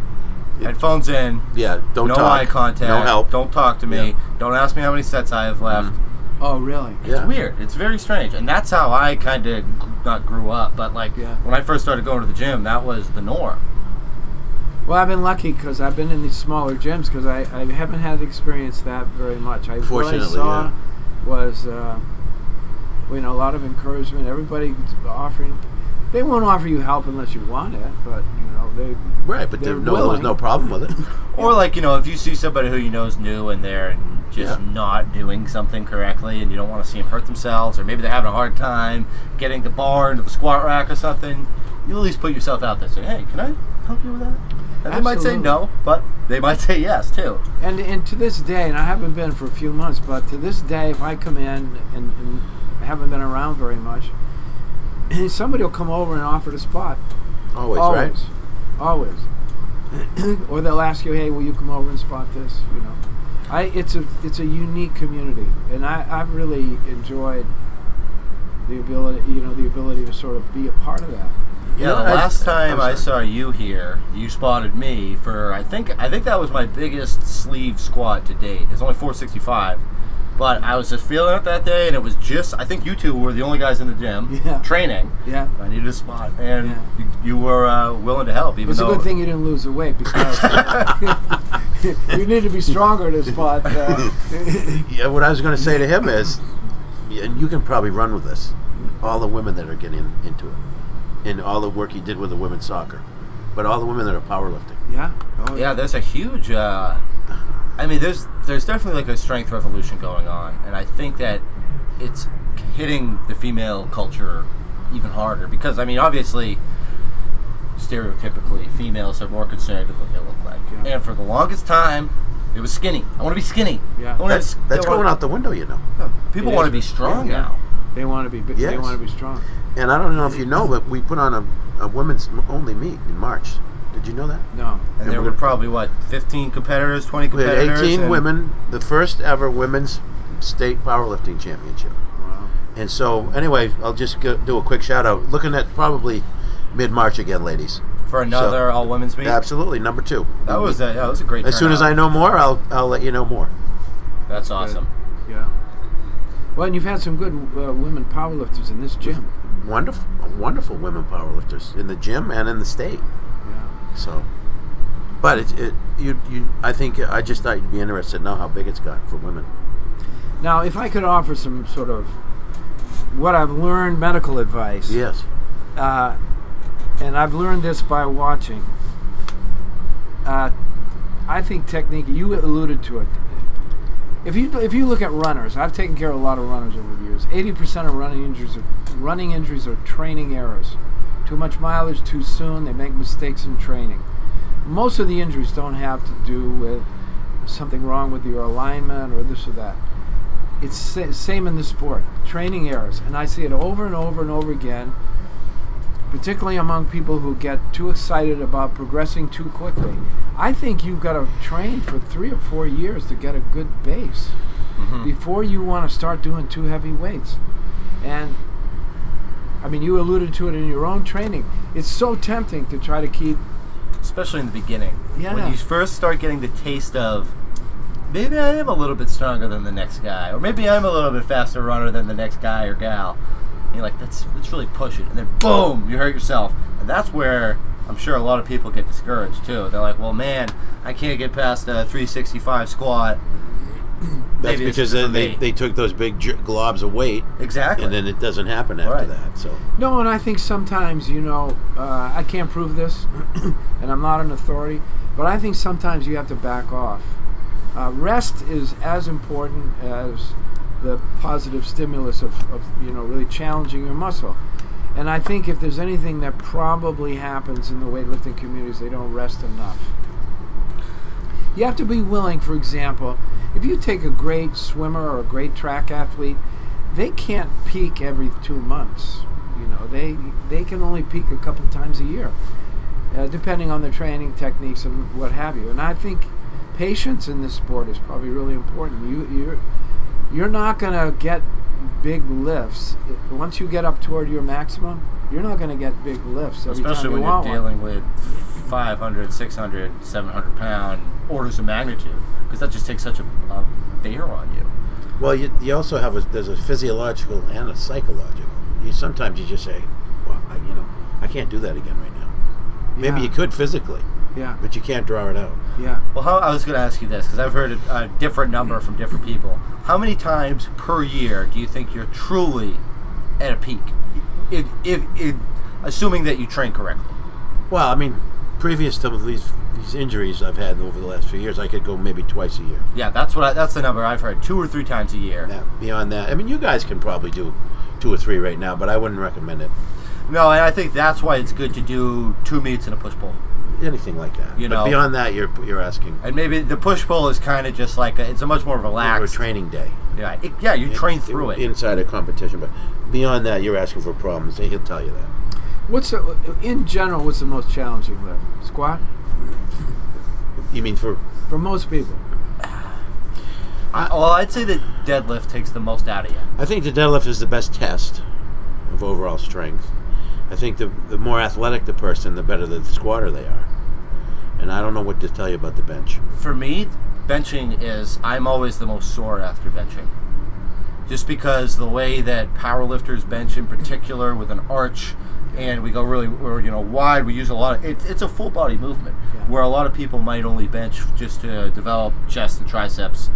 [SPEAKER 3] Headphones in.
[SPEAKER 2] Yeah, don't
[SPEAKER 3] no
[SPEAKER 2] talk.
[SPEAKER 3] eye contact.
[SPEAKER 2] No help.
[SPEAKER 3] Don't talk to me.
[SPEAKER 2] Yeah. Mm-hmm.
[SPEAKER 3] Don't ask me how many sets I have left.
[SPEAKER 4] Oh, really?
[SPEAKER 2] Yeah.
[SPEAKER 3] It's weird. It's very strange, and that's how I kind of not grew up, but like
[SPEAKER 4] Yeah.
[SPEAKER 3] when I first started going to the gym, that was the norm.
[SPEAKER 4] Well, I've been lucky because I've been in these smaller gyms because I, I haven't had to experience that very much. I, what I
[SPEAKER 2] Fortunately,
[SPEAKER 4] saw
[SPEAKER 2] yeah.
[SPEAKER 4] was, uh, you know, a lot of encouragement. Everybody offering, they won't offer you help unless you want it, but you know they.
[SPEAKER 2] Right, but there,
[SPEAKER 4] They're
[SPEAKER 2] no, there was
[SPEAKER 4] willing.
[SPEAKER 2] no problem with it.
[SPEAKER 3] Or like you know, if you see somebody who you know is new and they're just
[SPEAKER 2] Yeah.
[SPEAKER 3] not doing something correctly, and you don't want to see them hurt themselves, or maybe they're having a hard time getting the bar into the squat rack or something, you at least put yourself out there. Say, hey, can I help you with that? And they might say
[SPEAKER 4] Absolutely.
[SPEAKER 3] no, but they might say yes too.
[SPEAKER 4] And and to this day, and I haven't been for a few months, but to this day, if I come in and, and haven't been around very much, somebody will come over and offer the spot.
[SPEAKER 2] Always, right?
[SPEAKER 4] always, always. or they'll ask you, "Hey, will you come over and spot this?" You know, I it's a it's a unique community, and I I've really enjoyed the ability you know the ability to sort of be a part of that.
[SPEAKER 3] Yeah,
[SPEAKER 2] No,
[SPEAKER 3] the
[SPEAKER 2] I-
[SPEAKER 3] last time
[SPEAKER 2] I'm
[SPEAKER 3] I
[SPEAKER 2] sorry.
[SPEAKER 3] saw you here, you spotted me for I think I think that was my biggest sleeve squat to date. It's only 465, but I was just feeling it that day, and it was just I think you two were the only guys in the gym
[SPEAKER 4] Yeah.
[SPEAKER 3] training.
[SPEAKER 4] Yeah,
[SPEAKER 3] I needed a spot, and
[SPEAKER 4] Yeah.
[SPEAKER 3] you, you were uh, willing to help, even
[SPEAKER 4] it's a
[SPEAKER 3] though
[SPEAKER 4] good thing you didn't lose the weight because you need to be stronger to spot. Uh,
[SPEAKER 2] Yeah, what I was going to say to him is, yeah, and you can probably run with this, all the women that are getting into it, and all the work you did with the women's soccer, but all the women that are powerlifting.
[SPEAKER 4] yeah, oh,
[SPEAKER 3] yeah, there's a huge. Uh, I mean, there's there's definitely like a strength revolution going on, and I think that it's hitting the female culture even harder because I mean, obviously, stereotypically, females are more concerned with what they look like,
[SPEAKER 4] Yeah.
[SPEAKER 3] and for the longest time, it was skinny. I want to be skinny.
[SPEAKER 4] Yeah.
[SPEAKER 3] I wanna-
[SPEAKER 2] That's
[SPEAKER 3] I
[SPEAKER 2] that's
[SPEAKER 3] wanna-
[SPEAKER 2] going out the window, you know.
[SPEAKER 3] People
[SPEAKER 4] It
[SPEAKER 3] want to
[SPEAKER 4] is.
[SPEAKER 3] be strong
[SPEAKER 4] Yeah.
[SPEAKER 3] now.
[SPEAKER 4] They want to be. big They
[SPEAKER 2] Yes.
[SPEAKER 4] want to be strong.
[SPEAKER 2] And I don't know if you know, but we put on a, a women's m- only meet in March. Did you know that?
[SPEAKER 4] No.
[SPEAKER 3] And
[SPEAKER 2] And
[SPEAKER 3] there
[SPEAKER 2] we're
[SPEAKER 3] were
[SPEAKER 2] gonna-
[SPEAKER 3] probably what 15 competitors, 20
[SPEAKER 2] We had
[SPEAKER 3] competitors.
[SPEAKER 2] 18
[SPEAKER 3] and-
[SPEAKER 2] women, the first ever women's state powerlifting championship.
[SPEAKER 4] Wow.
[SPEAKER 2] And so, anyway, I'll just go, do a quick shout out. Looking at probably mid March again, ladies.
[SPEAKER 3] for another all women's meet.
[SPEAKER 2] Absolutely, number two.
[SPEAKER 3] That was a, that was a great.
[SPEAKER 2] As soon as I
[SPEAKER 3] turnout.
[SPEAKER 2] know more, I'll I'll let you know more.
[SPEAKER 3] That's awesome.
[SPEAKER 4] Yeah. Well, and you've had some good uh, women powerlifters in this gym.
[SPEAKER 2] Wonderful, wonderful women powerlifters in the gym and in the state.
[SPEAKER 4] Yeah.
[SPEAKER 2] So, but it, it you you I think I just thought you'd be interested to know how big it's gotten for women.
[SPEAKER 4] Now, if I could offer some sort of what I've learned medical advice,
[SPEAKER 2] Yes.
[SPEAKER 4] uh, and I've learned this by watching. Uh, I think technique. You alluded to it. If you if you look at runners, I've taken care of a lot of runners over the years. Eighty percent of running injuries are running injuries are training errors. Too much mileage too soon. They make mistakes in training. Most of the injuries don't have to do with something wrong with your alignment or this or that. It's sa- same in the sport. Training errors, and I see it over and over and over again. Particularly among people who get too excited about progressing too quickly. I think you've got to train for three or four years to get a good base before you want to start doing too heavy weights. And I mean, you alluded to it in your own training. It's so tempting to try to keep.
[SPEAKER 3] especially in the beginning.
[SPEAKER 4] Yeah.
[SPEAKER 3] When you first start getting the taste of maybe I am a little bit stronger than the next guy, or maybe I'm a little bit faster runner than the next guy or gal. And you're like, that's let's really push it, and then boom, you hurt yourself, and that's where I'm sure a lot of people get discouraged too. They're like, well, man, I can't get past a 365 squat.
[SPEAKER 2] That's
[SPEAKER 3] Maybe it's
[SPEAKER 2] because
[SPEAKER 3] for
[SPEAKER 2] then they,
[SPEAKER 3] me.
[SPEAKER 2] they took those big j- globs of weight,
[SPEAKER 3] Exactly.
[SPEAKER 2] and then it doesn't happen after
[SPEAKER 3] Right.
[SPEAKER 2] that. So
[SPEAKER 4] No, and I think sometimes, you know, uh, I can't prove this, and I'm not an authority, but I think sometimes you have to back off. Uh, rest is as important as the positive stimulus of, of, you know, really challenging your muscle. And I think if there's anything that probably happens in the weightlifting community is they don't rest enough. You have to be willing, for example, if you take a great swimmer or a great track athlete, they can't peak every two months. You know, they they can only peak a couple times a year, uh, depending on their training techniques and what have you. And I think patience in this sport is probably really important. You you're you're not going to get big lifts once you get up toward your maximum. You're not going to get big lifts every
[SPEAKER 3] especially
[SPEAKER 4] time you
[SPEAKER 3] when you're
[SPEAKER 4] want one.
[SPEAKER 3] dealing with 500 600 700 pound orders of magnitude because that just takes such a, a bear on you
[SPEAKER 2] Well, you, you also have a there's a physiological and a psychological. You sometimes you just say, well, I, you know, I can't do that again right now. Maybe
[SPEAKER 4] Yeah.
[SPEAKER 2] you could physically,
[SPEAKER 4] Yeah,
[SPEAKER 2] but you can't draw it out.
[SPEAKER 4] yeah.
[SPEAKER 3] well how, i was going to ask you this because i've heard a, a different number from different people how many times per year do you think you're truly at a peak if, if, if, assuming that you train correctly
[SPEAKER 2] Well, I mean, previous to these these injuries I've had over the last few years, I could go maybe twice a year.
[SPEAKER 3] yeah that's what I, that's the number i've heard two or three times a year
[SPEAKER 2] Now, beyond that, I mean, you guys can probably do two or three right now, but I wouldn't recommend it.
[SPEAKER 3] no and i think that's why it's good to do two meets and a push pull
[SPEAKER 2] Anything like that.
[SPEAKER 3] You
[SPEAKER 2] but
[SPEAKER 3] know.
[SPEAKER 2] beyond that, you're you're asking
[SPEAKER 3] and maybe the push pull is kind of just like a, it's a much more
[SPEAKER 2] for a
[SPEAKER 3] relaxed
[SPEAKER 2] training day.
[SPEAKER 3] Yeah, it, yeah, you train through it.
[SPEAKER 2] inside a competition, but beyond that, you're asking for problems. He'll tell you that.
[SPEAKER 4] What's the, in general? What's the most challenging lift? Squat
[SPEAKER 2] You mean for
[SPEAKER 4] for most people.
[SPEAKER 3] I, well, I'd say that deadlift takes the most out of you.
[SPEAKER 2] I think the deadlift is the best test of overall strength. I think the, the more athletic the person, the better the squatter they are. And I don't know what to tell you about the bench.
[SPEAKER 3] For me, benching is I'm always the most sore after benching. Just because the way that powerlifters bench in particular with an arch and we go really or you know wide, we use a lot of it's it's a full body movement
[SPEAKER 4] Yeah.
[SPEAKER 3] where a lot of people might only bench just to develop chest and triceps.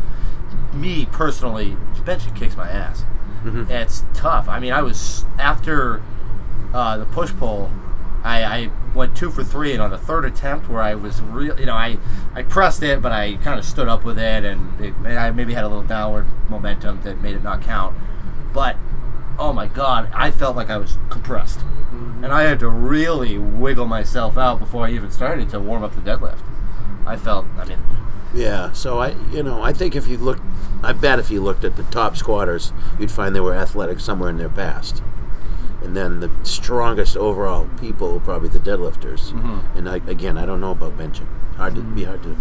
[SPEAKER 3] Me personally, benching kicks my ass. It's tough. I mean, I was after uh, the push pull, I, I went two for three, and on the third attempt, where I was real, you know, I, I pressed it, but I kind of stood up with it, and, it, and I maybe had a little downward momentum that made it not count. But oh my god, I felt like I was compressed, and I had to really wiggle myself out before I even started to warm up the deadlift. I felt, I mean,
[SPEAKER 2] Yeah, so I, you know, I think if you look, I bet if you looked at the top squatters, you'd find they were athletic somewhere in their past. And then the strongest overall people were probably the deadlifters. And I, again, I don't know about benching. Hard to be hard to,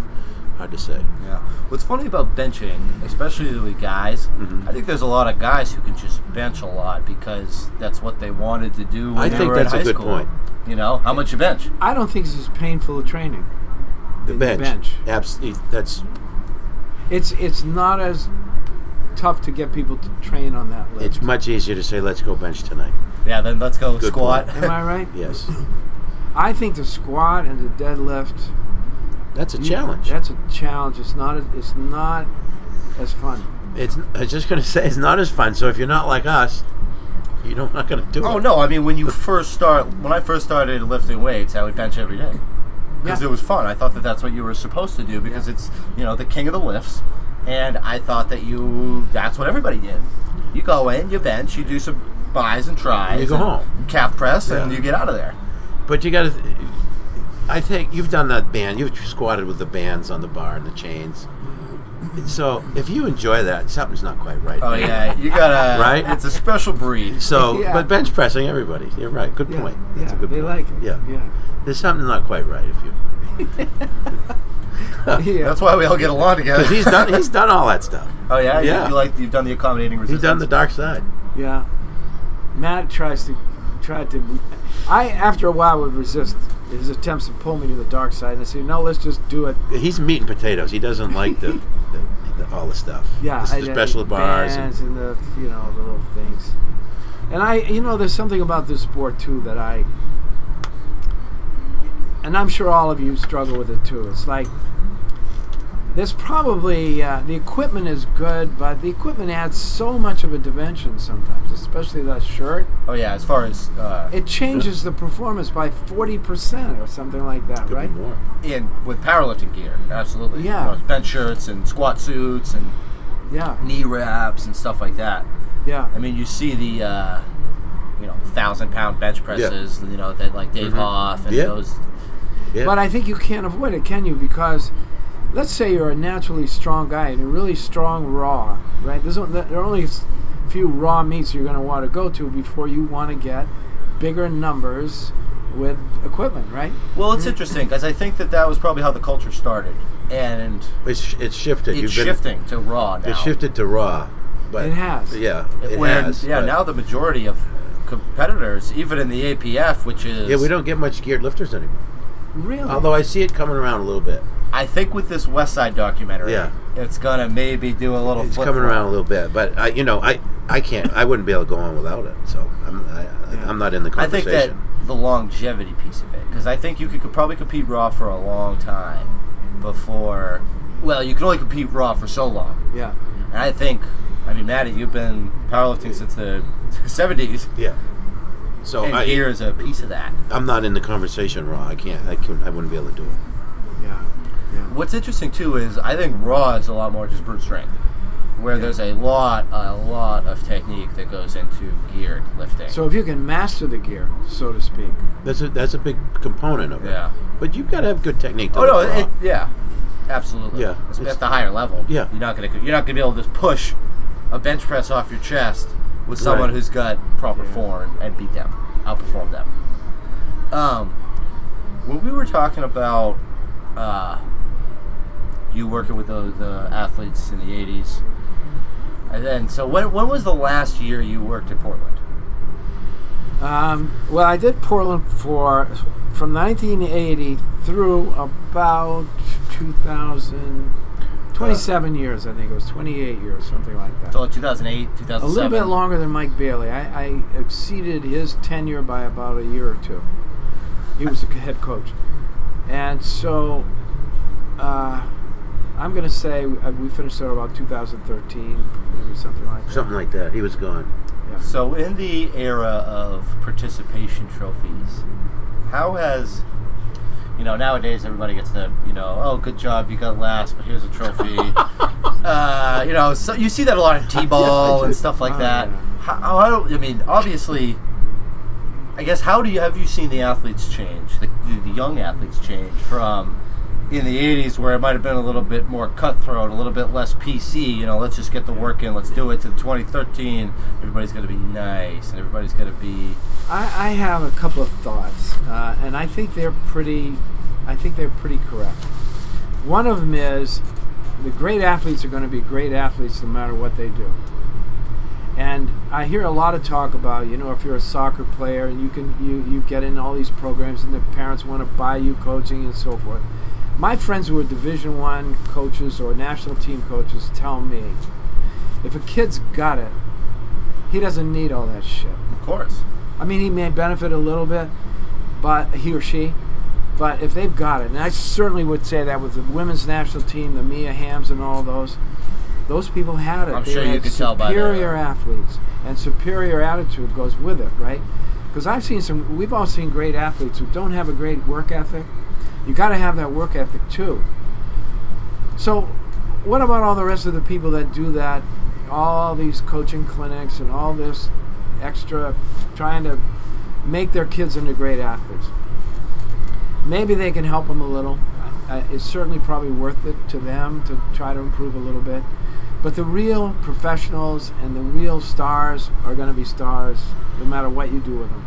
[SPEAKER 2] hard to say.
[SPEAKER 3] Yeah. What's funny about benching, especially with guys,
[SPEAKER 2] Mm-hmm.
[SPEAKER 3] I think there's a lot of guys who can just bench a lot because that's what they wanted to do. When
[SPEAKER 2] I
[SPEAKER 3] they
[SPEAKER 2] think
[SPEAKER 3] were in
[SPEAKER 2] that's a
[SPEAKER 3] high
[SPEAKER 2] good
[SPEAKER 3] school.
[SPEAKER 2] point.
[SPEAKER 3] You know how much you bench.
[SPEAKER 4] I don't think this is painful a training.
[SPEAKER 2] The bench,
[SPEAKER 4] bench.
[SPEAKER 2] absolutely. That's
[SPEAKER 4] It's it's not as tough to get people to train on that lift.
[SPEAKER 2] it's much easier to say let's go bench tonight.
[SPEAKER 3] Yeah. Then let's go
[SPEAKER 2] Good
[SPEAKER 3] squat.
[SPEAKER 4] Am I right?
[SPEAKER 2] Yes,
[SPEAKER 4] I think the squat and the deadlift.
[SPEAKER 2] that's a challenge.
[SPEAKER 4] That's a challenge. It's not. A, it's not as fun.
[SPEAKER 2] It's I was just gonna say it's not as fun. So if you're not like us, you're not not gonna do it.
[SPEAKER 3] oh no! I mean, when you first start, when I first started lifting weights, I would bench every day because
[SPEAKER 4] Yeah.
[SPEAKER 3] it was fun. I thought that that's what you were supposed to do because it's you know the king of the lifts, and I thought that you that's what everybody did. You go in, you bench, you do some buys and tries,
[SPEAKER 2] You go
[SPEAKER 3] and
[SPEAKER 2] home.
[SPEAKER 3] calf press, and
[SPEAKER 2] Yeah.
[SPEAKER 3] you get out of there.
[SPEAKER 2] But you got to. I think you've done that band. You've squatted with the bands on the bar and the chains. So if you enjoy that, something's not quite right.
[SPEAKER 3] Oh yeah, you gotta.
[SPEAKER 2] Right?
[SPEAKER 3] It's a special breed.
[SPEAKER 2] So,
[SPEAKER 4] Yeah.
[SPEAKER 2] but bench pressing, everybody. You're right. Good
[SPEAKER 4] Yeah,
[SPEAKER 2] point.
[SPEAKER 4] yeah,
[SPEAKER 2] That's a good
[SPEAKER 4] they
[SPEAKER 2] point.
[SPEAKER 4] like it.
[SPEAKER 2] Yeah.
[SPEAKER 4] yeah,
[SPEAKER 2] There's something not quite right if you.
[SPEAKER 4] yeah.
[SPEAKER 3] That's why we all get along together.
[SPEAKER 2] Because he's done. He's done all that stuff.
[SPEAKER 3] oh yeah, You-
[SPEAKER 2] Yeah.
[SPEAKER 3] You, like you've done the accommodating
[SPEAKER 2] He's
[SPEAKER 3] resistance.
[SPEAKER 2] done the dark side.
[SPEAKER 4] Yeah. Matt tries to tried to I after a while would resist his attempts to pull me to the dark side and I say, No, let's just do it.
[SPEAKER 2] He's meat and potatoes. He doesn't like the, the, the all the stuff.
[SPEAKER 4] Yeah.
[SPEAKER 2] the,
[SPEAKER 4] I-
[SPEAKER 2] the
[SPEAKER 4] I-
[SPEAKER 2] special bars. And,
[SPEAKER 4] bands and, the you know, the little things. And I you know, there's something about this sport too that I and I'm sure all of you struggle with it too. It's like there's probably uh, the equipment is good, but the equipment adds so much of a dimension sometimes, especially that shirt.
[SPEAKER 3] Oh yeah, as far as uh,
[SPEAKER 4] it changes the performance by 40% or something like that,
[SPEAKER 2] could
[SPEAKER 4] right?
[SPEAKER 2] be more.
[SPEAKER 3] in with powerlifting gear, absolutely.
[SPEAKER 4] Yeah.
[SPEAKER 3] You know, bench shirts and squat suits and
[SPEAKER 4] Yeah,
[SPEAKER 3] knee wraps and stuff like that.
[SPEAKER 4] yeah,
[SPEAKER 3] I mean, you see the uh, you know thousand pound bench presses, you know that like Dave Hoff and
[SPEAKER 2] Mm-hmm. Yeah.
[SPEAKER 3] those.
[SPEAKER 2] Yeah.
[SPEAKER 4] But I think you can't avoid it, can you? Because let's say you're a naturally strong guy and you're really strong raw, right? There's, on- there are only s- few raw meats you're going to want to go to before you want to get bigger numbers with equipment, right?
[SPEAKER 3] Well, it's interesting because I think that that was probably how the culture started, and
[SPEAKER 2] it's it's shifted.
[SPEAKER 3] it's
[SPEAKER 2] You've been-
[SPEAKER 3] shifting to raw now.
[SPEAKER 2] It shifted to raw, but
[SPEAKER 4] It has.
[SPEAKER 2] Yeah, it
[SPEAKER 3] Where,
[SPEAKER 2] has.
[SPEAKER 3] yeah,
[SPEAKER 2] but-
[SPEAKER 3] now the majority of competitors, even in the APF, which is
[SPEAKER 2] yeah, we don't get much geared lifters anymore.
[SPEAKER 4] Really?
[SPEAKER 2] Although I see it coming around a little bit.
[SPEAKER 3] I think with this West Side documentary,
[SPEAKER 2] Yeah.
[SPEAKER 3] it's gonna maybe do a little.
[SPEAKER 2] It's
[SPEAKER 3] flip
[SPEAKER 2] coming around a little bit, but I, you know, I, I can't. I wouldn't be able to go on without it. So I'm, I,
[SPEAKER 4] Yeah.
[SPEAKER 2] I'm not in the
[SPEAKER 3] I think
[SPEAKER 2] conversation.
[SPEAKER 3] that the longevity piece of it, because I think you could, could probably compete raw for a long time before. Well, you can only compete raw for so long,
[SPEAKER 4] yeah.
[SPEAKER 3] and I think, I mean, Maddie, you've been powerlifting since the '70s,
[SPEAKER 2] yeah. So
[SPEAKER 3] and
[SPEAKER 2] Oh, I,
[SPEAKER 3] here is a piece of that.
[SPEAKER 2] I'm not in the conversation raw. I can't. I can. I wouldn't be able to do it.
[SPEAKER 4] Yeah. Yeah.
[SPEAKER 3] What's interesting too is I think raw is a lot more just brute strength, where there's a lot, a lot of technique that goes into geared lifting.
[SPEAKER 4] So if you can master the gear, so to speak.
[SPEAKER 2] That's a that's a big component of it.
[SPEAKER 3] Yeah.
[SPEAKER 2] But you've got to have good technique. To
[SPEAKER 3] oh no,
[SPEAKER 2] lift raw.
[SPEAKER 3] it, yeah, absolutely.
[SPEAKER 2] Yeah,
[SPEAKER 3] It's
[SPEAKER 2] it's-
[SPEAKER 3] at the higher level.
[SPEAKER 2] Yeah.
[SPEAKER 3] you're not gonna you're not gonna be able to push a bench press off your chest with someone
[SPEAKER 2] Right.
[SPEAKER 3] who's got proper form and beat them, outperform them. Um, when we were talking about uh, you working with the, the athletes in the '80s, and then so when when was the last year you worked in Portland?
[SPEAKER 4] Um, well, I did Portland for from 1980 through about 2000, 27 years, I think it was 28 years, something like that.
[SPEAKER 3] So like 2008, 2007.
[SPEAKER 4] A little bit longer than Mike Bailey. I, I exceeded his tenure by about a year or two. He was the head coach, and so uh, I'm going to say we we finished there about 2013, maybe something like that.
[SPEAKER 2] Something like that. He was gone.
[SPEAKER 4] Yeah.
[SPEAKER 3] So, in the era of participation trophies, how has you know nowadays everybody gets the you know oh good job you got last but here's a trophy uh, you know so you see that a lot in t-ball and stuff like
[SPEAKER 4] Oh,
[SPEAKER 3] that
[SPEAKER 4] yeah.
[SPEAKER 3] how, how do, I mean obviously I guess how do you have you seen the athletes change the, the young athletes change from in the 80s where it might have been a little bit more cutthroat a little bit less PC you know let's just get the work in let's do it to 2013 everybody's gonna be nice and everybody's gonna be
[SPEAKER 4] I, I have a couple of thoughts, uh, and I think they're pretty. I think they're pretty correct. One of them is the great athletes are going to be great athletes no matter what they do. And I hear a lot of talk about you know if you're a soccer player and you can you you get in all these programs and the parents want to buy you coaching and so forth. My friends who are Division One coaches or national team coaches tell me if a kid's got it, he doesn't need all that shit.
[SPEAKER 3] of course
[SPEAKER 4] I mean, he may benefit a little bit, but he or she. But if they've got it, and I certainly would say that with the women's national team, the Mia Hams and all those, those people had it.
[SPEAKER 3] I'm
[SPEAKER 4] They
[SPEAKER 3] sure you
[SPEAKER 4] had
[SPEAKER 3] could tell
[SPEAKER 4] superior
[SPEAKER 3] by the-
[SPEAKER 4] athletes, and superior attitude goes with it, right? Because I've seen some. We've all seen great athletes who don't have a great work ethic. You got to have that work ethic too. So, what about all the rest of the people that do that? All these coaching clinics and all this extra trying to make their kids into great athletes. Maybe they can help him a little. Uh, it's certainly probably worth it to them to try to improve a little bit. But the real professionals and the real stars are going to be stars, no matter what you do with them.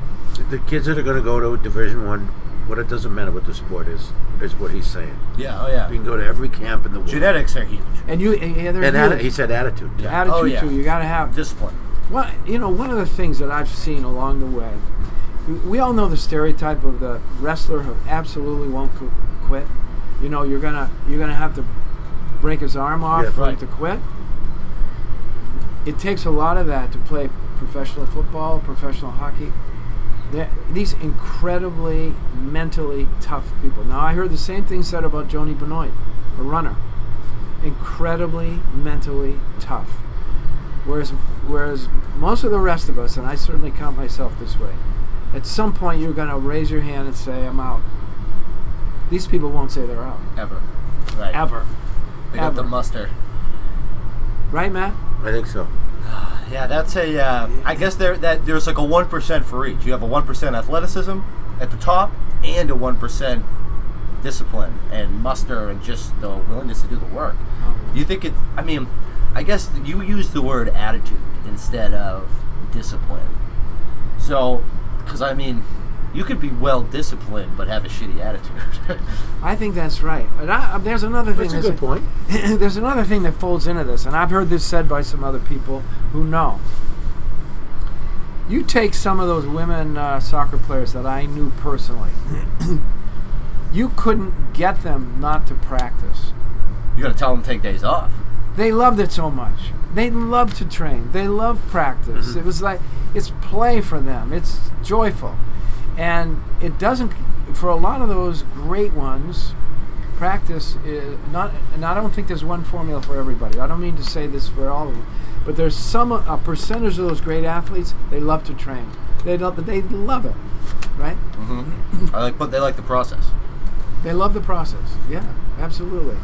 [SPEAKER 2] The kids that are going to go to Division One, what it doesn't matter what the sport is, is what he's saying.
[SPEAKER 3] Yeah, oh yeah.
[SPEAKER 2] You can go to every camp in the world.
[SPEAKER 3] Genetics are huge.
[SPEAKER 4] And you, and, and they're
[SPEAKER 2] And atti-
[SPEAKER 4] huge.
[SPEAKER 2] he said attitude. Yeah.
[SPEAKER 4] attitude
[SPEAKER 3] Oh, yeah.
[SPEAKER 4] too. You got to have
[SPEAKER 3] Discipline.
[SPEAKER 4] Well, you know, one of the things that I've seen along the way, we- we all know the stereotype of the wrestler who absolutely won't qu- quit. You know, you're gonna you're gonna have to break his arm off
[SPEAKER 2] Yeah,
[SPEAKER 4] for him
[SPEAKER 3] right.
[SPEAKER 4] to quit. It takes a lot of that to play professional football, professional hockey. They're, these incredibly mentally tough people. Now, I heard the same thing said about Joni Benoit, a runner. Incredibly mentally tough. Whereas, whereas most of the rest of us, and I certainly count myself this way, at some point you're going to raise your hand and say, "I'm out." These people won't say they're out
[SPEAKER 3] Ever. Right.
[SPEAKER 4] ever,
[SPEAKER 3] They got the
[SPEAKER 4] ever.
[SPEAKER 3] muster.
[SPEAKER 4] right, Matt?
[SPEAKER 2] I think so.
[SPEAKER 3] Yeah, that's a. Uh, I guess there that there's like a one percent for each. You have a one percent athleticism at the top, and a one percent discipline and muster, and just the willingness to do the work. Do you think it? I mean, I guess you use the word attitude instead of discipline. So, because I mean, you could be well disciplined but have a shitty attitude.
[SPEAKER 4] I think that's right. And I, uh, there's another thing.
[SPEAKER 2] That's a good point.
[SPEAKER 4] there's another thing that folds into this, and I've heard this said by some other people who know. You take some of those women uh, soccer players that I knew personally. you couldn't get them not to practice.
[SPEAKER 3] you got to tell them to take days off.
[SPEAKER 4] They loved it so much. They loved to train. They loved practice. It was like it's play for them. It's joyful, and it doesn't. For a lot of those great ones, practice is not. And I don't think there's one formula for everybody. I don't mean to say this for all of them, but there's some a percentage of those great athletes. They love to train. They love. They love it, right?
[SPEAKER 3] I like, but they like the process.
[SPEAKER 4] They love the process. Yeah, absolutely.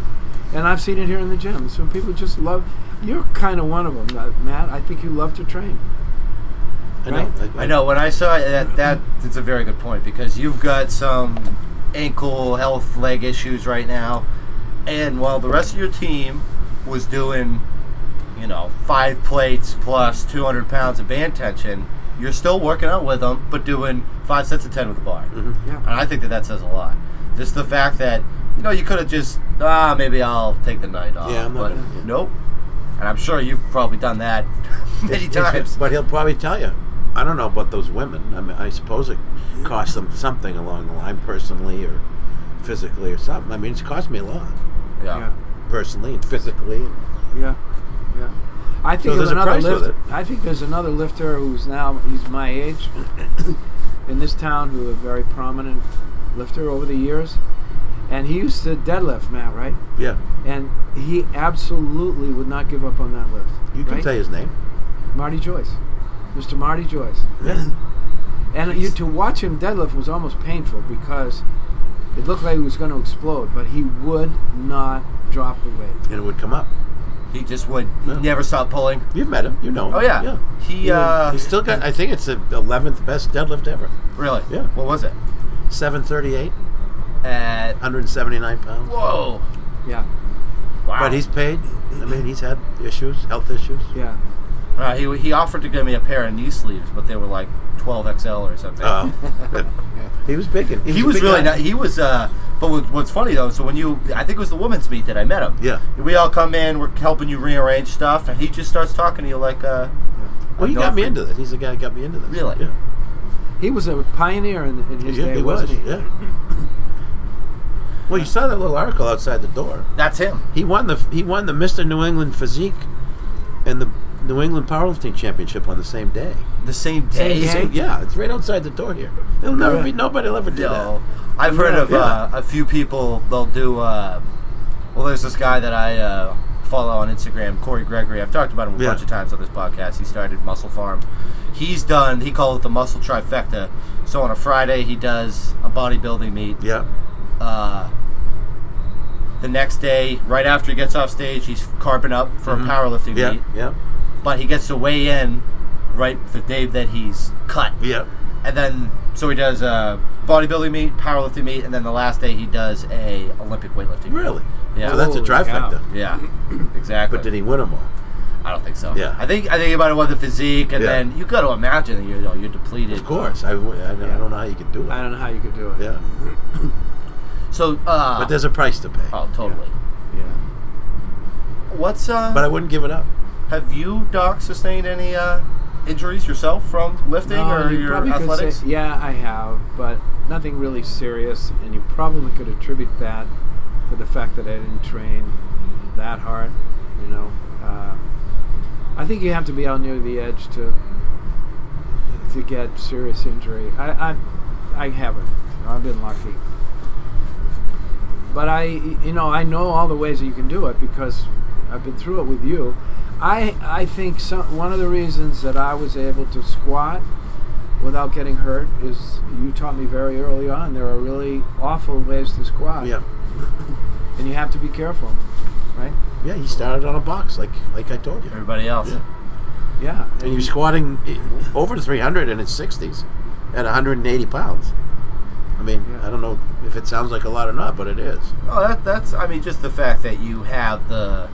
[SPEAKER 4] And I've seen it here in the gym. So people just love. You're kind of one of them, uh, Matt. I think you love to train.
[SPEAKER 2] I know.
[SPEAKER 3] I know when I saw it, that that it's a very good point because you've got some ankle health leg issues right now, and while the rest of your team was doing, you know, five plates plus 200 pounds of band tension, you're still working out with them, but doing five sets of ten with the bar.
[SPEAKER 2] Mm-hmm.
[SPEAKER 3] And
[SPEAKER 4] Yeah.
[SPEAKER 3] I think that that says a lot. Just the fact that you know you could have just ah maybe I'll take the night off.
[SPEAKER 2] Yeah, I'm not
[SPEAKER 3] but
[SPEAKER 2] gonna- yeah.
[SPEAKER 3] nope. And I'm sure you've probably done that many times.
[SPEAKER 2] But he'll probably tell you. I don't know about those women. I mean, I suppose it cost them something along the line, personally or physically or something. I mean, it's cost me a lot,
[SPEAKER 4] Yeah.
[SPEAKER 2] personally and physically.
[SPEAKER 4] Yeah. Yeah. I think
[SPEAKER 2] So
[SPEAKER 4] of
[SPEAKER 2] there's a
[SPEAKER 4] another
[SPEAKER 2] price with
[SPEAKER 4] lifter.
[SPEAKER 2] it.
[SPEAKER 4] I think there's another lifter who's now he's my age in this town who a very prominent lifter over the years, and he used to deadlift, Matt, right?
[SPEAKER 2] Yeah.
[SPEAKER 4] And he absolutely would not give up on that lift.
[SPEAKER 2] You can
[SPEAKER 4] right?
[SPEAKER 2] say his name.
[SPEAKER 4] Marty Joyce, Mr. Marty Joyce.
[SPEAKER 2] Yeah.
[SPEAKER 4] And you, to watch him deadlift was almost painful because it looked like he was going to explode, but he would not drop the weight.
[SPEAKER 2] And it would come up.
[SPEAKER 3] He just would
[SPEAKER 2] Yeah.
[SPEAKER 3] never stop pulling.
[SPEAKER 2] You've met him. You know him.
[SPEAKER 3] Oh yeah, he uh,
[SPEAKER 2] He's still got, I think it's the 11th best deadlift ever.
[SPEAKER 3] really.
[SPEAKER 2] Yeah.
[SPEAKER 3] What was it?
[SPEAKER 2] 738,
[SPEAKER 3] At
[SPEAKER 2] 179 pounds.
[SPEAKER 3] whoa,
[SPEAKER 4] Yeah,
[SPEAKER 3] wow.
[SPEAKER 2] But he's paid. I mean, he's had issues, health issues.
[SPEAKER 4] yeah.
[SPEAKER 3] uh, he he offered to give me a pair of knee sleeves, but they were like 12 XL or something.
[SPEAKER 2] Uh, he was big. and-
[SPEAKER 3] he
[SPEAKER 2] a
[SPEAKER 3] was
[SPEAKER 2] big
[SPEAKER 3] really
[SPEAKER 2] guy.
[SPEAKER 3] not, he was uh but what- what's funny though so when you i think it was the women's meet that i met him
[SPEAKER 2] Yeah.
[SPEAKER 3] we all come in we're helping you rearrange stuff and he just starts talking to you like uh
[SPEAKER 2] Well, he
[SPEAKER 3] I know
[SPEAKER 2] got me
[SPEAKER 3] for-
[SPEAKER 2] into this. He's the guy that got me into this.
[SPEAKER 3] Really?
[SPEAKER 2] Yeah.
[SPEAKER 4] He was a pioneer in, in his
[SPEAKER 2] Yeah,
[SPEAKER 4] day,
[SPEAKER 2] he was.
[SPEAKER 4] wasn't he?
[SPEAKER 2] Yeah. Well, you saw that little article outside the door.
[SPEAKER 3] that's him
[SPEAKER 2] He won the he won the Mister New England Physique and the New England Powerlifting Championship on the same day.
[SPEAKER 3] the same
[SPEAKER 4] Same
[SPEAKER 3] day
[SPEAKER 4] day.
[SPEAKER 2] So, yeah, it's right outside the door here. There'll never
[SPEAKER 4] Yeah.
[SPEAKER 2] be nobody'll ever do
[SPEAKER 3] No, I've heard of
[SPEAKER 2] Yeah.
[SPEAKER 3] uh, a few people. They'll do. Uh, well, there's this guy that I uh, follow on Instagram, Corey Gregory. I've talked about him a
[SPEAKER 2] Yeah.
[SPEAKER 3] bunch of times on this podcast. He started Muscle Farm. He's done. He called it the Muscle Trifecta. So on a Friday, he does a bodybuilding meet.
[SPEAKER 2] that. Yeah.
[SPEAKER 3] Uh, the next day, right after he gets off stage, he's carping up for a
[SPEAKER 2] Mm-hmm.
[SPEAKER 3] powerlifting
[SPEAKER 2] Yeah.
[SPEAKER 3] meet.
[SPEAKER 2] Yeah.
[SPEAKER 3] But he gets to weigh in right the day that he's cut
[SPEAKER 2] Yeah.
[SPEAKER 3] and then so he does a bodybuilding meet, powerlifting meet, and then the last day he does a Olympic weightlifting. meet.
[SPEAKER 2] Really?
[SPEAKER 3] Yeah.
[SPEAKER 2] So that's a
[SPEAKER 4] Holy cow.
[SPEAKER 2] trifecta.
[SPEAKER 3] Yeah, exactly.
[SPEAKER 2] But did he win them all?
[SPEAKER 3] I don't think so.
[SPEAKER 2] Yeah.
[SPEAKER 3] I think I think he might have won the physique, and
[SPEAKER 2] Yeah.
[SPEAKER 3] then you got to imagine that you're you know, you're depleted.
[SPEAKER 2] Of course. I, w- I don't- I don't know how you could do
[SPEAKER 4] I
[SPEAKER 2] it.
[SPEAKER 4] don't know how you could do it.
[SPEAKER 2] Yeah.
[SPEAKER 3] So, uh,
[SPEAKER 2] But there's a price to pay.
[SPEAKER 3] oh, totally.
[SPEAKER 4] Yeah.
[SPEAKER 3] What's uh?
[SPEAKER 2] But I wouldn't give it up.
[SPEAKER 3] have you, Doc, sustained any uh, injuries yourself from lifting
[SPEAKER 4] No,
[SPEAKER 3] or
[SPEAKER 4] you
[SPEAKER 3] your
[SPEAKER 4] probably could
[SPEAKER 3] athletics?
[SPEAKER 4] Say, yeah, I have, but nothing really serious, and you probably could attribute that to the fact that I didn't train that hard. You know, uh, I think you have to be out near the edge to to get serious injury. I I, I haven't. I've been lucky. But I, you know, I know all the ways that you can do it because I've been through it with you. I, I think some, one of the reasons that I was able to squat without getting hurt is you taught me very early on there are really awful ways to squat.
[SPEAKER 2] Yeah.
[SPEAKER 4] And you have to be careful, right?
[SPEAKER 2] Yeah, he started on a box, like like I told you.
[SPEAKER 3] Everybody else.
[SPEAKER 2] Yeah.
[SPEAKER 4] Yeah.
[SPEAKER 2] And you're squatting i- over 300 in its 60s at 180 pounds. I mean,
[SPEAKER 4] Yeah.
[SPEAKER 2] I don't know if it sounds like a lot or not, but it is.
[SPEAKER 3] Oh, that, that's. I mean, just the fact that you have the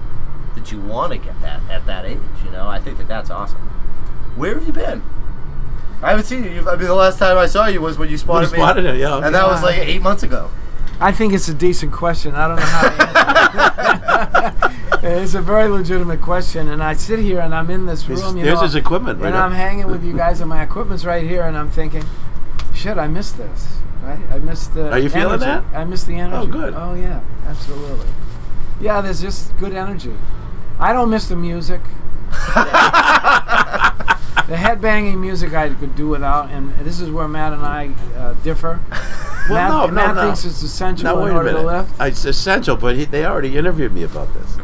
[SPEAKER 3] that you want to get that at that age. You know, I think that that's awesome. Where have you been? I haven't seen you. You've- I mean, the last time I saw you was when you
[SPEAKER 2] Well,
[SPEAKER 3] spotted
[SPEAKER 2] he
[SPEAKER 3] me,
[SPEAKER 2] spotted it, yeah.
[SPEAKER 3] and that was like eight months ago.
[SPEAKER 4] I think it's a decent question. I don't know how to answer it. It's a very legitimate question, and I sit here and I'm in this room.
[SPEAKER 2] His-
[SPEAKER 4] you
[SPEAKER 2] there's
[SPEAKER 4] know,
[SPEAKER 2] his equipment right
[SPEAKER 4] and
[SPEAKER 2] up.
[SPEAKER 4] I'm hanging with you guys, and my equipment's right here, and I'm thinking, shit, I missed this. Right? I missed the.
[SPEAKER 2] Are you feeling
[SPEAKER 4] energy.
[SPEAKER 2] that?
[SPEAKER 4] I missed the energy.
[SPEAKER 2] good.
[SPEAKER 4] Oh yeah, absolutely. Yeah, there's just good energy. I don't miss the music. the headbanging music I could do without, and this is where Matt and I uh, differ. Matt,
[SPEAKER 2] Well, no, no,
[SPEAKER 4] Matt
[SPEAKER 2] no.
[SPEAKER 4] thinks it's essential
[SPEAKER 2] Now, wait
[SPEAKER 4] in
[SPEAKER 2] a
[SPEAKER 4] order to
[SPEAKER 2] minute.
[SPEAKER 4] lift.
[SPEAKER 2] It's essential, but he, they already interviewed me about this.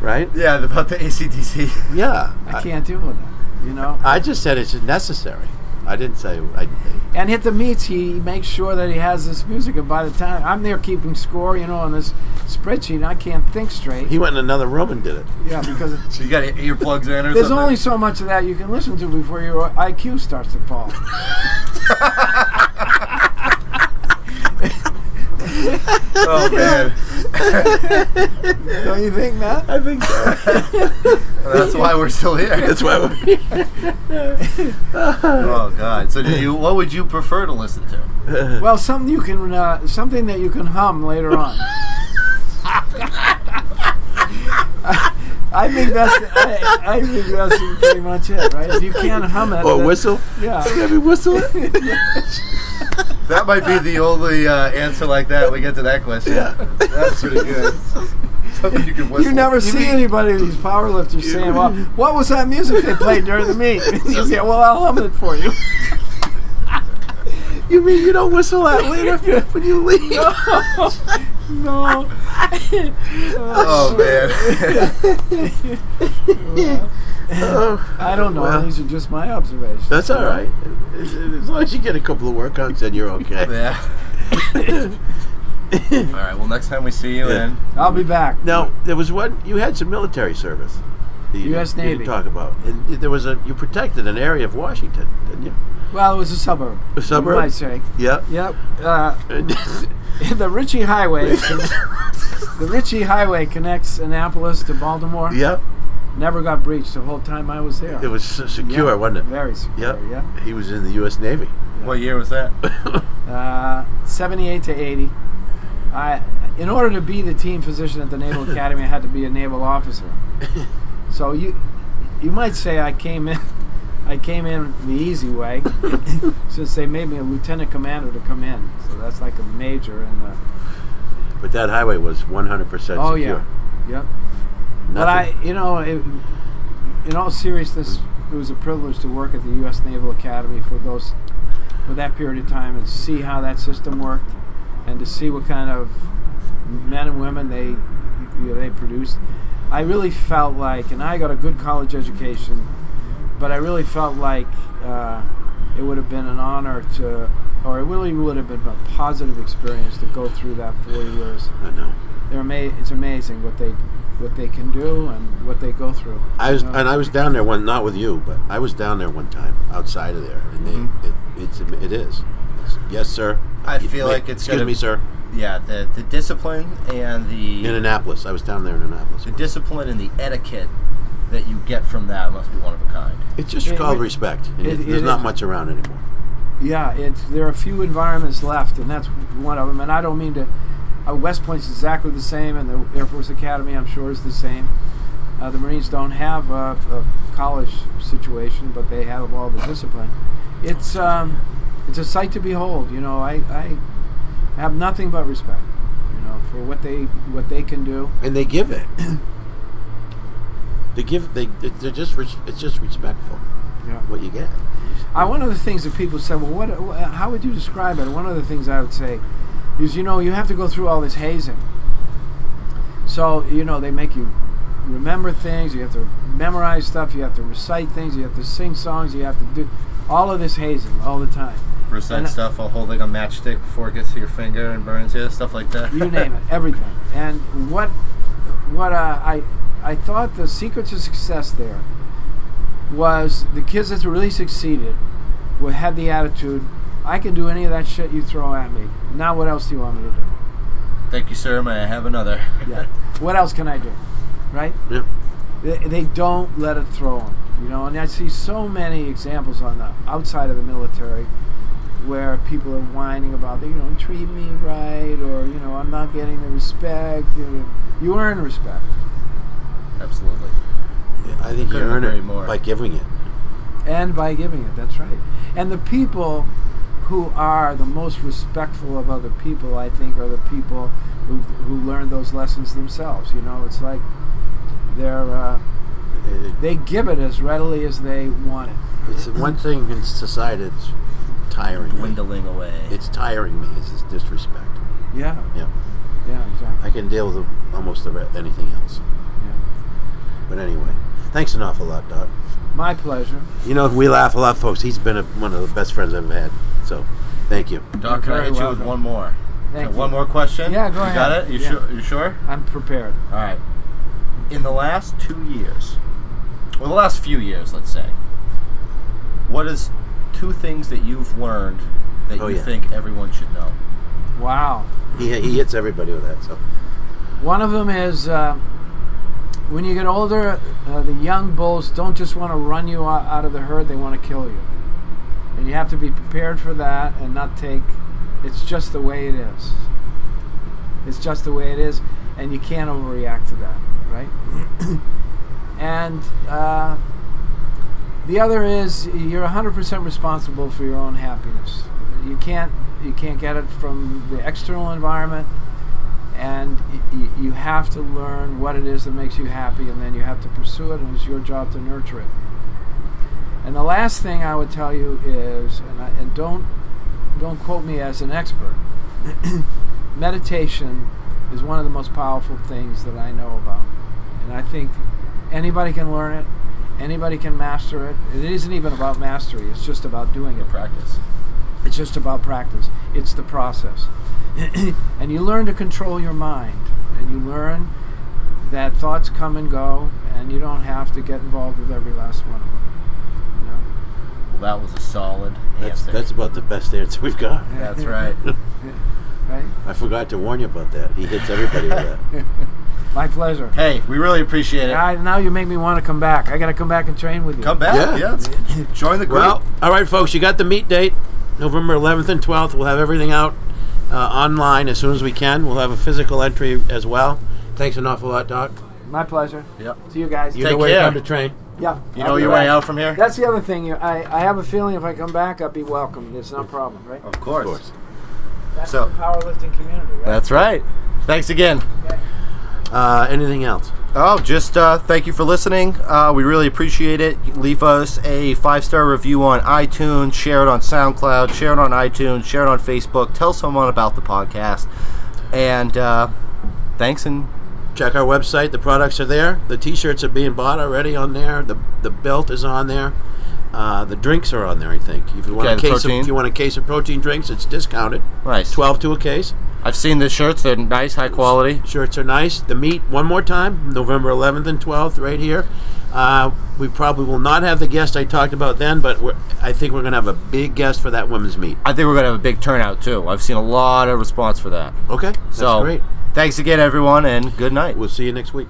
[SPEAKER 2] Right?
[SPEAKER 3] Yeah, about the ACDC.
[SPEAKER 2] Yeah.
[SPEAKER 4] I can't deal with that, you know.
[SPEAKER 2] I just said it's necessary. I didn't say. I,
[SPEAKER 4] And hit the meets, he makes sure that he has this music. And by the time I'm there keeping score, you know, on this spreadsheet, and I can't think straight.
[SPEAKER 2] he went in another room and did it.
[SPEAKER 4] yeah, because it-
[SPEAKER 3] So you got earplugs in or
[SPEAKER 4] there's
[SPEAKER 3] something?
[SPEAKER 4] only so much of that you can listen to before your IQ starts to fall.
[SPEAKER 3] Oh man,
[SPEAKER 4] Don't you think that?
[SPEAKER 2] I think so.
[SPEAKER 3] that's why we're still here.
[SPEAKER 2] That's why. we
[SPEAKER 3] Oh god. So do you? What would you prefer to listen to?
[SPEAKER 4] Well, something you can, uh, something that you can hum later on. I think that's, I, I think that's pretty much it, right? If you can't hum it,
[SPEAKER 2] Or
[SPEAKER 4] then-
[SPEAKER 2] whistle.
[SPEAKER 4] Yeah.
[SPEAKER 2] Maybe whistle it.
[SPEAKER 3] That might be the only uh, answer like that we get to that question.
[SPEAKER 2] Yeah.
[SPEAKER 3] That's pretty good. Something you can whistle.
[SPEAKER 4] You never see anybody of these powerlifters saying, "Well, what was that music they played during the meet?" you say, "Well, I'll hum it for you."
[SPEAKER 2] You mean you don't whistle that later when you leave?
[SPEAKER 4] no.
[SPEAKER 3] Oh man.
[SPEAKER 2] Oh,
[SPEAKER 4] I don't know.
[SPEAKER 2] Well-
[SPEAKER 4] These are just my observations.
[SPEAKER 2] that's all right. As as long as you get a couple of workouts, then you're okay.
[SPEAKER 3] yeah. All right. Well, next time we see you, then
[SPEAKER 4] I'll be back.
[SPEAKER 2] Now there was one. You had some military service. that you
[SPEAKER 4] U.S.
[SPEAKER 2] didn't- you
[SPEAKER 4] Navy.
[SPEAKER 2] didn't talk about, and there was a. You protected an area of Washington, didn't you?
[SPEAKER 4] Well, it was a suburb.
[SPEAKER 2] A suburb?
[SPEAKER 4] I say.
[SPEAKER 2] Yeah.
[SPEAKER 4] Yep. Uh, the Ritchie Highway. the Ritchie Highway connects Annapolis to Baltimore.
[SPEAKER 2] yeah.
[SPEAKER 4] Never got breached the whole time I was there.
[SPEAKER 2] It was s- secure,
[SPEAKER 4] Yeah,
[SPEAKER 2] wasn't it?
[SPEAKER 4] Very secure.
[SPEAKER 2] Yep.
[SPEAKER 4] Yeah.
[SPEAKER 2] He was in the U.S. Navy.
[SPEAKER 3] what year was that?
[SPEAKER 4] Uh, 78 to 80. I, in order to be the team physician at the Naval Academy, I had to be a naval officer. So you, you might say I came in, I came in the easy way, since they made me a lieutenant commander to come in. So that's like a major in the.
[SPEAKER 2] But that highway was 100 percent
[SPEAKER 4] Oh
[SPEAKER 2] secure.
[SPEAKER 4] yeah, yep.
[SPEAKER 2] Nothing.
[SPEAKER 4] But I, you know, it, in all seriousness, it was a privilege to work at the U.S. Naval Academy for those for that period of time and see how that system worked, and to see what kind of men and women they you know, they produced. I really felt like, and I got a good college education, but I really felt like uh, it would have been an honor to, or it really would have been a positive experience to go through that four years
[SPEAKER 2] I know.
[SPEAKER 4] they're ama- it's amazing what they what they can do and what they go through.
[SPEAKER 2] I was
[SPEAKER 4] you know?
[SPEAKER 2] and I was down there one not with you, but I was down there one time outside of there, and they it,
[SPEAKER 4] Mm-hmm.
[SPEAKER 2] It's it is. It's, yes, sir.
[SPEAKER 3] I feel like it's
[SPEAKER 2] excuse
[SPEAKER 3] gonna-
[SPEAKER 2] me, sir.
[SPEAKER 3] Yeah, the the discipline and the
[SPEAKER 2] In Annapolis, I was down there in Annapolis.
[SPEAKER 3] the discipline and the etiquette that you get from that must be one of a kind.
[SPEAKER 2] It's just
[SPEAKER 4] It-
[SPEAKER 2] called
[SPEAKER 4] it-
[SPEAKER 2] respect. And
[SPEAKER 4] it-
[SPEAKER 2] it- there's
[SPEAKER 4] it
[SPEAKER 2] not
[SPEAKER 4] is-
[SPEAKER 2] much around anymore.
[SPEAKER 4] Yeah, it's there are a few environments left, and that's one of them. And I don't mean to. Uh, West Point's exactly the same, and the Air Force Academy, I'm sure, is the same. Uh, the Marines don't have a, a college situation, but they have all the discipline. It's um, it's a sight to behold. You know, I, I have nothing but respect. You know, for what they what they can do.
[SPEAKER 2] And they give it. they give. They. They're just. res- It's just respectful.
[SPEAKER 4] Yeah.
[SPEAKER 2] What you get.
[SPEAKER 4] I, one of the things that people say, well, what, wh- how would you describe it? One of the things I would say is, you know, you have to go through all this hazing. So, you know, they make you remember things, you have to memorize stuff, you have to recite things, you have to sing songs, you have to do all of this hazing all the time.
[SPEAKER 3] Recite
[SPEAKER 4] And-
[SPEAKER 3] stuff while holding a matchstick before it gets to your finger and burns you, stuff like that.
[SPEAKER 4] you name it, everything. And what what uh, I I thought the secret to success there was the kids that really succeeded were, had the attitude, I can do any of that shit you throw at me. Now what else do you want me to do?
[SPEAKER 3] Thank you, sir. May I have another?
[SPEAKER 4] Yeah. what else can I do? Right?
[SPEAKER 2] Yeah.
[SPEAKER 4] They, they don't let it throw them, you know. And I see so many examples on the outside of the military where people are whining about, you know, treat me right, or you know, I'm not getting the respect. You, know. you earn respect,
[SPEAKER 3] Absolutely.
[SPEAKER 2] I think you
[SPEAKER 3] Couldn't
[SPEAKER 2] earn
[SPEAKER 3] agree
[SPEAKER 2] it
[SPEAKER 3] more.
[SPEAKER 2] by giving it.
[SPEAKER 4] and by giving it. That's right. And the people who are the most respectful of other people, I think, are the people who who learn those lessons themselves. You know, it's like they're uh,
[SPEAKER 2] It-
[SPEAKER 4] they give it as readily as they want it.
[SPEAKER 2] It's the one thing in society that's tiring. me.
[SPEAKER 3] Dwindling away.
[SPEAKER 2] It's tiring me. Is this disrespect?
[SPEAKER 4] Yeah,
[SPEAKER 2] Yeah.
[SPEAKER 4] yeah, exactly.
[SPEAKER 2] I can deal with almost the re- anything else.
[SPEAKER 4] Yeah.
[SPEAKER 2] But anyway, thanks an awful lot, Doc.
[SPEAKER 4] My pleasure.
[SPEAKER 2] You know, we laugh a lot, folks. He's been a, one of the best friends I've had. So, thank you.
[SPEAKER 3] Doc, can
[SPEAKER 4] You're
[SPEAKER 3] I
[SPEAKER 4] very
[SPEAKER 3] hit you with
[SPEAKER 4] welcome.
[SPEAKER 3] one more?
[SPEAKER 4] Thank
[SPEAKER 3] Okay, One
[SPEAKER 4] you.
[SPEAKER 3] more question?
[SPEAKER 4] Yeah, go
[SPEAKER 3] you got
[SPEAKER 4] ahead.
[SPEAKER 3] it? You
[SPEAKER 4] Yeah.
[SPEAKER 3] sure? You sure?
[SPEAKER 4] I'm prepared.
[SPEAKER 3] All right. In the last two years, or the last few years, let's say, what is two things that you've learned that
[SPEAKER 2] Oh,
[SPEAKER 3] you
[SPEAKER 2] yeah.
[SPEAKER 3] think everyone should know?
[SPEAKER 4] Wow.
[SPEAKER 2] He, he hits everybody with that. So,
[SPEAKER 4] One of them is uh, when you get older, uh, the young bulls don't just want to run you o- out of the herd; they want to kill you, and you have to be prepared for that and not take. It's just the way it is. It's just the way it is, and you can't overreact to that, right? and uh, the other is you're 100% responsible for your own happiness. You can't you can't get it from the external environment and y- y- you have to learn what it is that makes you happy and then you have to pursue it and it's your job to nurture it and the last thing i would tell you is and, I, and don't don't quote me as an expert meditation is one of the most powerful things that i know about and i think anybody can learn it anybody can master it it isn't even about mastery it's just about doing it
[SPEAKER 3] Good practice.
[SPEAKER 4] it's just about practice. It's the process. and you learn to control your mind. And you learn that thoughts come and go, and you don't have to get involved with every last one of them. You know?
[SPEAKER 3] Well, that was a solid
[SPEAKER 2] that's,
[SPEAKER 3] answer.
[SPEAKER 2] that's about the best answer we've got.
[SPEAKER 3] That's right.
[SPEAKER 4] Right?
[SPEAKER 2] I forgot to warn you about that. He hits everybody with that.
[SPEAKER 4] My pleasure.
[SPEAKER 3] hey, we really appreciate it.
[SPEAKER 4] I, now you make me want to come back. I got to come back and train with you.
[SPEAKER 3] Come back.
[SPEAKER 2] Yeah.
[SPEAKER 3] Yeah. let's- join the group.
[SPEAKER 2] Well, all right, folks, you got the meet date, November 11th and 12th. We'll have everything out uh, online as soon as we can. We'll have a physical entry as well. Thanks an awful lot, Doc.
[SPEAKER 4] My pleasure.
[SPEAKER 3] Yep.
[SPEAKER 4] See you guys.
[SPEAKER 2] You
[SPEAKER 3] Take
[SPEAKER 2] know where
[SPEAKER 3] care.
[SPEAKER 2] to come to train.
[SPEAKER 4] yeah.
[SPEAKER 3] You
[SPEAKER 4] I'll
[SPEAKER 3] know
[SPEAKER 4] be
[SPEAKER 3] your
[SPEAKER 4] back.
[SPEAKER 3] way out from here?
[SPEAKER 4] That's the other thing. You- I, I have a feeling if I come back, I'll be welcomed. It's no problem, right?
[SPEAKER 3] Of course.
[SPEAKER 2] course.
[SPEAKER 4] That's
[SPEAKER 3] So-
[SPEAKER 4] the powerlifting community, right?
[SPEAKER 3] That's right. Thanks again.
[SPEAKER 2] Uh, anything else?
[SPEAKER 3] Oh, just uh, thank you for listening. Uh, we really appreciate it. Leave us a five star review on iTunes, share it on SoundCloud, share it on iTunes, share it on Facebook. Tell someone about the podcast. And uh, thanks and
[SPEAKER 2] Check our website. The products are there. The T-shirts are being bought already on there. The the belt is on there. Uh, the drinks are on there. I think if you want
[SPEAKER 3] Okay, the
[SPEAKER 2] a case of,
[SPEAKER 3] protein.
[SPEAKER 2] if you want a case of protein drinks, it's discounted.
[SPEAKER 3] nice.
[SPEAKER 2] Twelve to a case.
[SPEAKER 3] I've seen the shirts; they're nice, high quality.
[SPEAKER 2] Shirts are nice. The meet one more time, November 11th and 12th, right here. Uh, we probably will not have the guest I talked about then, but we're, I think we're going to have a big guest for that women's meet.
[SPEAKER 3] I think we're gonna have a big turnout too. I've seen a lot of response for that.
[SPEAKER 2] Okay, that's
[SPEAKER 3] so
[SPEAKER 2] great.
[SPEAKER 3] thanks again, everyone, and good night.
[SPEAKER 2] We'll see you next week.